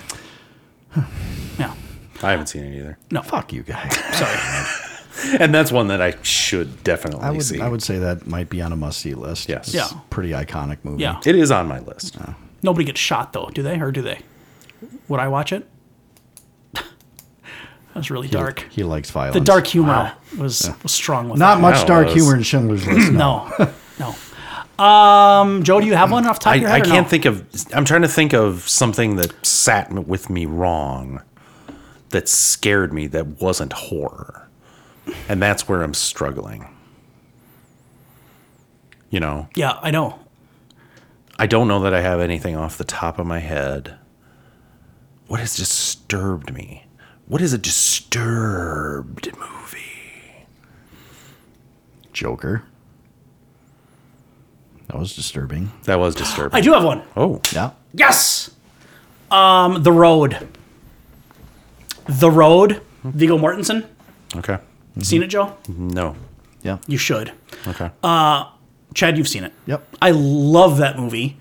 Speaker 3: Yeah.
Speaker 2: I haven't seen it either,
Speaker 1: Fuck you guys.
Speaker 3: Sorry.
Speaker 2: and that's one that I should definitely
Speaker 1: I would
Speaker 2: see.
Speaker 1: I would say that might be on a must see list.
Speaker 2: Yes.
Speaker 1: It's
Speaker 3: Yeah.
Speaker 1: a pretty iconic movie.
Speaker 3: Yeah.
Speaker 2: It is on my list.
Speaker 3: Nobody gets shot though, do they? Or do they? Would I watch it? that was really dark.
Speaker 1: He likes violence.
Speaker 3: The dark humor was, was strong with
Speaker 1: Not
Speaker 3: that.
Speaker 1: much
Speaker 2: Wow,
Speaker 1: dark
Speaker 2: that was-
Speaker 1: humor in Schindler's List. No.
Speaker 3: No. No. Um, Joe, do you have one off the top of
Speaker 2: I,
Speaker 3: your
Speaker 2: I
Speaker 3: head? or no?
Speaker 2: can't think of. I'm trying to think of something that sat m- with me wrong, that scared me, that wasn't horror, and that's where I'm struggling. You know,
Speaker 3: Yeah, I know.
Speaker 2: I don't know that I have anything off the top of my head. What has disturbed me? What is a disturbed movie?
Speaker 1: Joker. That was disturbing.
Speaker 2: That was disturbing.
Speaker 3: I do have one.
Speaker 2: Oh,
Speaker 1: Yeah.
Speaker 3: Yes. Um, The Road. The Road. Vigo Mortensen.
Speaker 2: okay.
Speaker 3: Seen it, Joe?
Speaker 2: No.
Speaker 1: Yeah.
Speaker 3: You should.
Speaker 2: Okay.
Speaker 3: Chad, you've seen it.
Speaker 1: Yep.
Speaker 3: I love that movie.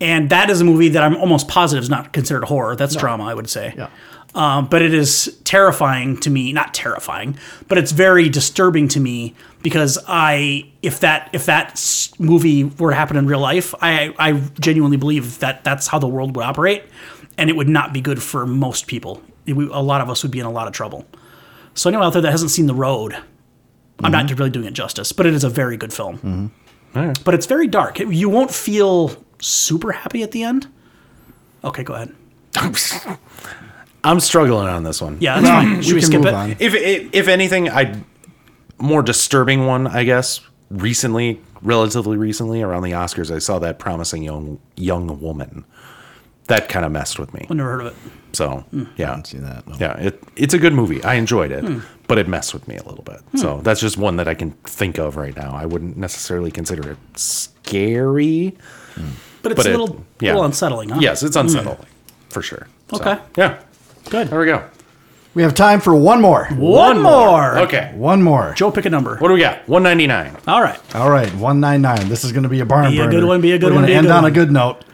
Speaker 3: And that is a movie that I'm almost positive is not considered horror. That's drama, I would say.
Speaker 1: Yeah.
Speaker 3: Um, but it is terrifying to me. Not terrifying, but it's very disturbing to me because I, if that if that s- movie were to happen in real life, I I genuinely believe that that's how the world would operate, and it would not be good for most people. It would- a lot of us would be in a lot of trouble. So anyone out there that hasn't seen The Road, I'm not really doing it justice, but it is a very good film but it's very dark. It- you won't feel super happy at the end. Okay, go ahead.
Speaker 2: I'm struggling on this one.
Speaker 3: Yeah, that's fine. Should we,
Speaker 1: can
Speaker 3: skip
Speaker 1: move
Speaker 3: it?
Speaker 1: on.
Speaker 2: If if, if anything, I more disturbing one, I guess. Recently, relatively recently, around the Oscars, I saw that promising young young woman. That kind of messed with me.
Speaker 3: I've never heard of it.
Speaker 2: So
Speaker 3: Hmm.
Speaker 2: yeah,
Speaker 1: See that. No.
Speaker 2: Yeah, it, it's a good movie. I enjoyed it, but it messed with me a little bit. So
Speaker 3: Hmm.
Speaker 2: that's just one that I can think of right now. I wouldn't necessarily consider it scary.
Speaker 3: But it's
Speaker 2: But
Speaker 3: a
Speaker 2: it-
Speaker 3: little,
Speaker 2: yeah.
Speaker 3: little unsettling, huh?
Speaker 2: Yes, it's unsettling for sure. So,
Speaker 3: Ah. Hmm. Okay.
Speaker 2: yeah.
Speaker 3: Good.
Speaker 2: There we go.
Speaker 1: We have time for one more.
Speaker 3: One, more.
Speaker 2: Okay.
Speaker 1: One more.
Speaker 3: Joe, pick a number.
Speaker 2: What do we got? One ninety nine.
Speaker 3: All right.
Speaker 1: All right, 199. This is going to be a barn
Speaker 3: Be a
Speaker 1: burner.
Speaker 3: good one, be a good
Speaker 1: We're
Speaker 3: one,
Speaker 1: gonna
Speaker 3: be a
Speaker 1: end
Speaker 3: good
Speaker 1: on
Speaker 3: one.
Speaker 1: a good note.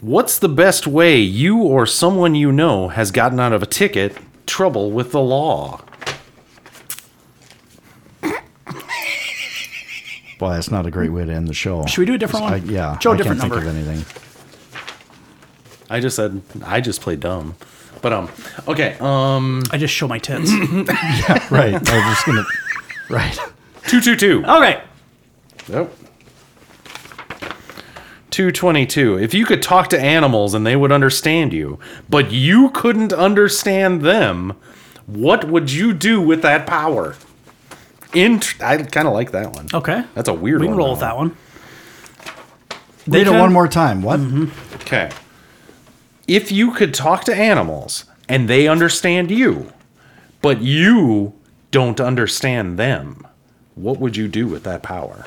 Speaker 2: What's the best way you or someone you know has gotten out of a ticket? Trouble with the law.
Speaker 1: Boy, that's not a great way to end the show.
Speaker 3: Should we do a different
Speaker 1: I-
Speaker 3: one?
Speaker 1: yeah.
Speaker 3: Joe,
Speaker 1: I
Speaker 3: different
Speaker 1: can't
Speaker 3: number.
Speaker 1: think of anything.
Speaker 2: I just said I just play dumb, but um. Okay. Um.
Speaker 3: I just show my tits.
Speaker 1: Right. I'm just going to. Right.
Speaker 2: Two two two.
Speaker 3: Okay.
Speaker 2: Nope. 222. If you could talk to animals and they would understand you, but you couldn't understand them, what would you do with that power? Int- I kind of like that one.
Speaker 3: Okay.
Speaker 2: That's a weird
Speaker 3: we
Speaker 2: one.
Speaker 3: can roll with that one.
Speaker 1: Read it
Speaker 3: can- Mm.
Speaker 1: one more time. What?
Speaker 2: Okay. If you could talk to animals and they understand you, but you don't understand them, what would you do with that power?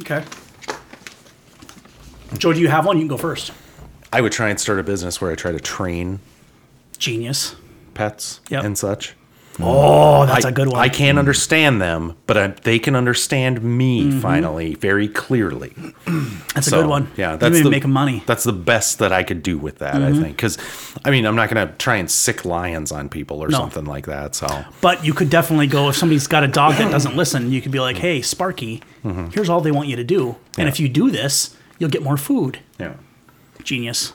Speaker 3: Okay. Joe, do you have one? You can go first.
Speaker 2: I would try and start a business where I try to train
Speaker 3: Genius.
Speaker 2: pets
Speaker 3: Yep.
Speaker 2: and such.
Speaker 3: Oh, that's a
Speaker 2: I-
Speaker 3: good one.
Speaker 2: I can't understand them, but I, they can understand me finally very clearly.
Speaker 3: Mm-hmm. that's a
Speaker 2: So,
Speaker 3: good one.
Speaker 2: Yeah,
Speaker 3: you
Speaker 2: that's
Speaker 3: may
Speaker 2: the,
Speaker 3: make money. Mm-hmm.
Speaker 2: That's the best that I could do with that, I think. Because, I mean, I'm not going to try and sick lions on people or
Speaker 3: No.
Speaker 2: something like that. So,
Speaker 3: But you could definitely go if somebody's got a dog that doesn't listen. You could be like, "Hey, Sparky, here's all they want you to do, and if you do this, you'll get more food."
Speaker 2: yeah.
Speaker 3: Genius.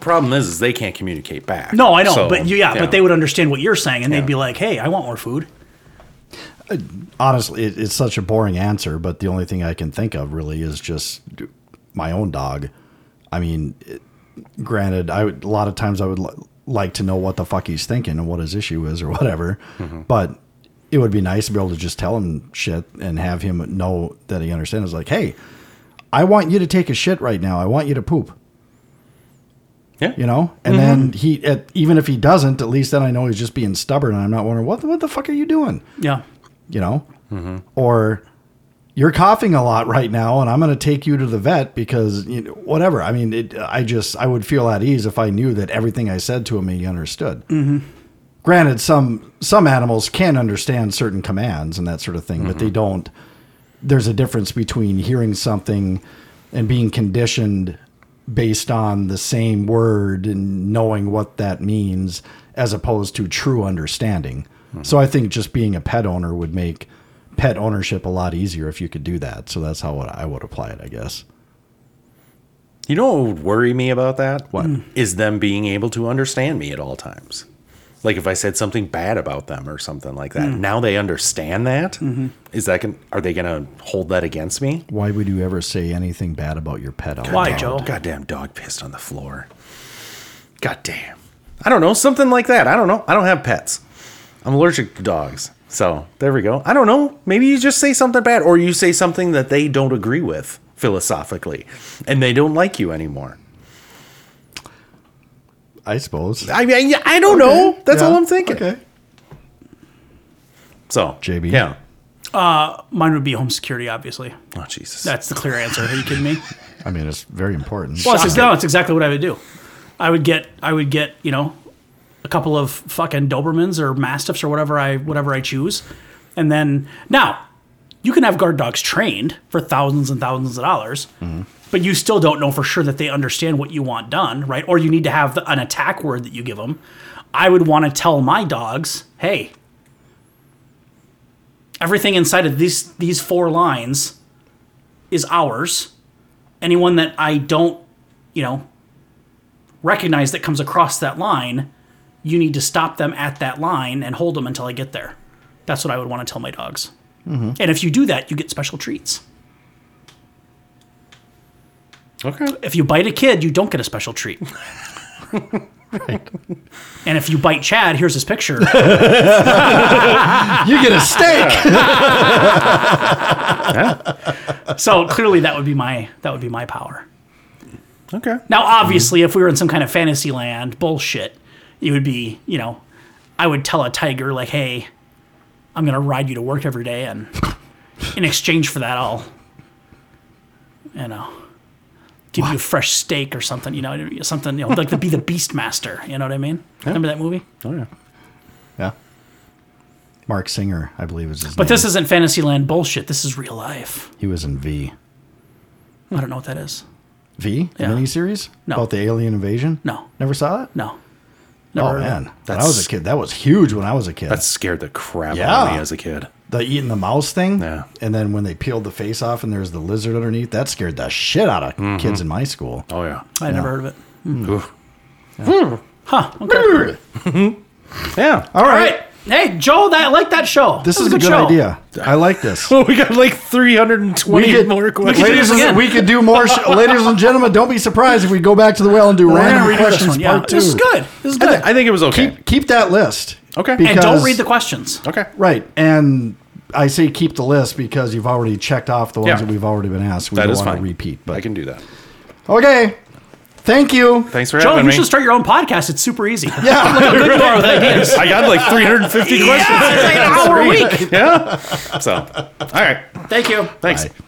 Speaker 2: Problem is, is they can't communicate back.
Speaker 3: No, I know,
Speaker 2: So,
Speaker 3: but you, yeah, but they would understand what you're saying, and they'd be like, "Hey, I want more food."
Speaker 1: Honestly, it, it's such a boring answer, but the only thing I can think of really is just my own dog. I mean, it, granted, I would a lot of times I would li- like to know what the fuck he's thinking and what his issue is or whatever, but it would be nice to be able to just tell him shit and have him know that he understands. Like, hey, I want you to take a shit right now. I want you to poop.
Speaker 2: Yeah.
Speaker 1: you know and then he at, even if he doesn't at least then i know he's just being stubborn and i'm not wondering what the, what the fuck are you doing
Speaker 3: Yeah,
Speaker 1: you know or you're coughing a lot right now and i'm going to take you to the vet because you know, whatever i mean it, i just i would feel at ease if i knew that everything i said to him he understood granted some some animals can understand certain commands and that sort of thing but they don't there's a difference between hearing something and being conditioned based on the same word and knowing what that means as opposed to true understanding. So I think just being a pet owner would make pet ownership a lot easier if you could do that. So that's how I would apply it, I guess.
Speaker 2: You know what would worry me about that? What is
Speaker 3: Hmm.
Speaker 2: them being able to understand me at all times? Like if I said something bad about them or something like that.
Speaker 3: Hmm.
Speaker 2: Now they understand that. Is
Speaker 3: Mm-hmm.
Speaker 2: that going are they going to hold that against me?
Speaker 1: Why would you ever say anything bad about your pet owner?
Speaker 3: Why,
Speaker 2: Damn,
Speaker 3: Joe?
Speaker 2: Oh, Goddamn dog pissed on the floor. Goddamn. I don't know, something like that. I don't know. I don't have pets. I'm allergic to dogs. So there we go. I don't know. Maybe you just say something bad, or you say something that they don't agree with philosophically, and they don't like you anymore.
Speaker 1: I suppose.
Speaker 2: I mean, I, I don't know. That's
Speaker 1: Yeah.
Speaker 2: all I'm thinking.
Speaker 1: Okay.
Speaker 2: So
Speaker 1: JB.
Speaker 2: yeah.
Speaker 3: mine would be home security. Obviously,
Speaker 2: Oh Jesus.
Speaker 3: that's the clear answer. Are you kidding me?
Speaker 1: I mean, it's very important.
Speaker 3: Well, it's, no, it's exactly what I would do. I would get, I would get, you know, a couple of fucking Dobermans or Mastiffs or whatever I, whatever I choose, and then now you can have guard dogs trained for thousands and thousands of dollars, but you still don't know for sure that they understand what you want done, right? Or you need to have the, an attack word that you give them. I would want to tell my dogs, hey, everything inside of these these four lines is ours anyone that I don't, you know, recognize that comes across that line, you need to stop them at that line and hold them until I get there. That's what I would want to tell my dogs. And if you do that, you get special treats.
Speaker 2: okay.
Speaker 3: If you bite a kid, you don't get a special treat. And if you bite Chad, here's his picture.
Speaker 1: you get a steak.
Speaker 3: so clearly, that would be my that would be my power.
Speaker 2: Okay.
Speaker 3: Now, obviously, if we were in some kind of fantasy land, bullshit, it would be, you know, I would tell a tiger, like, hey, I'm going to ride you to work every day, and in exchange for that, I'll, you know, give you a fresh steak or something, you know, something, you know, like to be the beast master, you know what I mean? Remember that movie?
Speaker 2: Oh yeah.
Speaker 1: yeah. Mark Singer, I believe is his
Speaker 3: But this isn't Fantasyland bullshit. This is real life.
Speaker 1: he was in V.
Speaker 3: I don't know what that is.
Speaker 1: V
Speaker 3: Yeah.
Speaker 1: miniseries
Speaker 3: No.
Speaker 1: about the alien invasion.
Speaker 3: No,
Speaker 1: Never saw it?
Speaker 3: no.
Speaker 1: Oh
Speaker 3: heard of it.
Speaker 1: man, when I
Speaker 2: That's-
Speaker 1: was a kid, that was huge. When I was a kid,
Speaker 2: That scared the crap out of
Speaker 1: Yeah.
Speaker 2: me as a kid.
Speaker 1: the eating the mouse thing,
Speaker 2: Yeah.
Speaker 1: and then when they peeled the face off and there's the lizard underneath, that scared the shit out of kids in my school.
Speaker 2: Mm-hmm. Oh yeah.
Speaker 3: I never heard of it. Hmm.
Speaker 2: Oof.
Speaker 3: Huh. Okay.
Speaker 2: Yeah.
Speaker 1: All right.
Speaker 3: right. Hey, Joe, that I like that show.
Speaker 1: This
Speaker 3: That
Speaker 1: is
Speaker 3: was
Speaker 1: a good
Speaker 3: show.
Speaker 1: idea. I like this.
Speaker 2: we got like 320 more questions.
Speaker 1: ladies
Speaker 3: this
Speaker 1: and,
Speaker 3: again.
Speaker 1: we could do more. Sh- ladies and gentlemen, don't be surprised if we go back to the well and do
Speaker 3: We're gonna
Speaker 1: random
Speaker 3: redo this
Speaker 1: questions
Speaker 3: one. Yeah,
Speaker 1: part two.
Speaker 3: this is good. This is good.
Speaker 2: I think it was okay.
Speaker 1: Keep, keep that list.
Speaker 2: Okay. And
Speaker 3: and don't read the questions.
Speaker 2: okay.
Speaker 1: Right. And I say keep the list because you've already checked off the ones
Speaker 2: Yeah.
Speaker 1: that we've already been asked. We
Speaker 2: That
Speaker 1: don't
Speaker 2: is
Speaker 1: want
Speaker 2: fine.
Speaker 1: to repeat. But
Speaker 2: I can do that.
Speaker 1: okay. Thank you.
Speaker 2: Thanks for
Speaker 3: Joe,
Speaker 2: having
Speaker 3: you
Speaker 2: me.
Speaker 3: should start your own podcast. It's super easy.
Speaker 1: Yeah.
Speaker 3: Good you are with ideas.
Speaker 2: I got like 350 questions.
Speaker 3: Yeah, it's like an hour a week.
Speaker 2: Yeah. So, all right.
Speaker 3: Thank you.
Speaker 2: Thanks.
Speaker 1: Bye.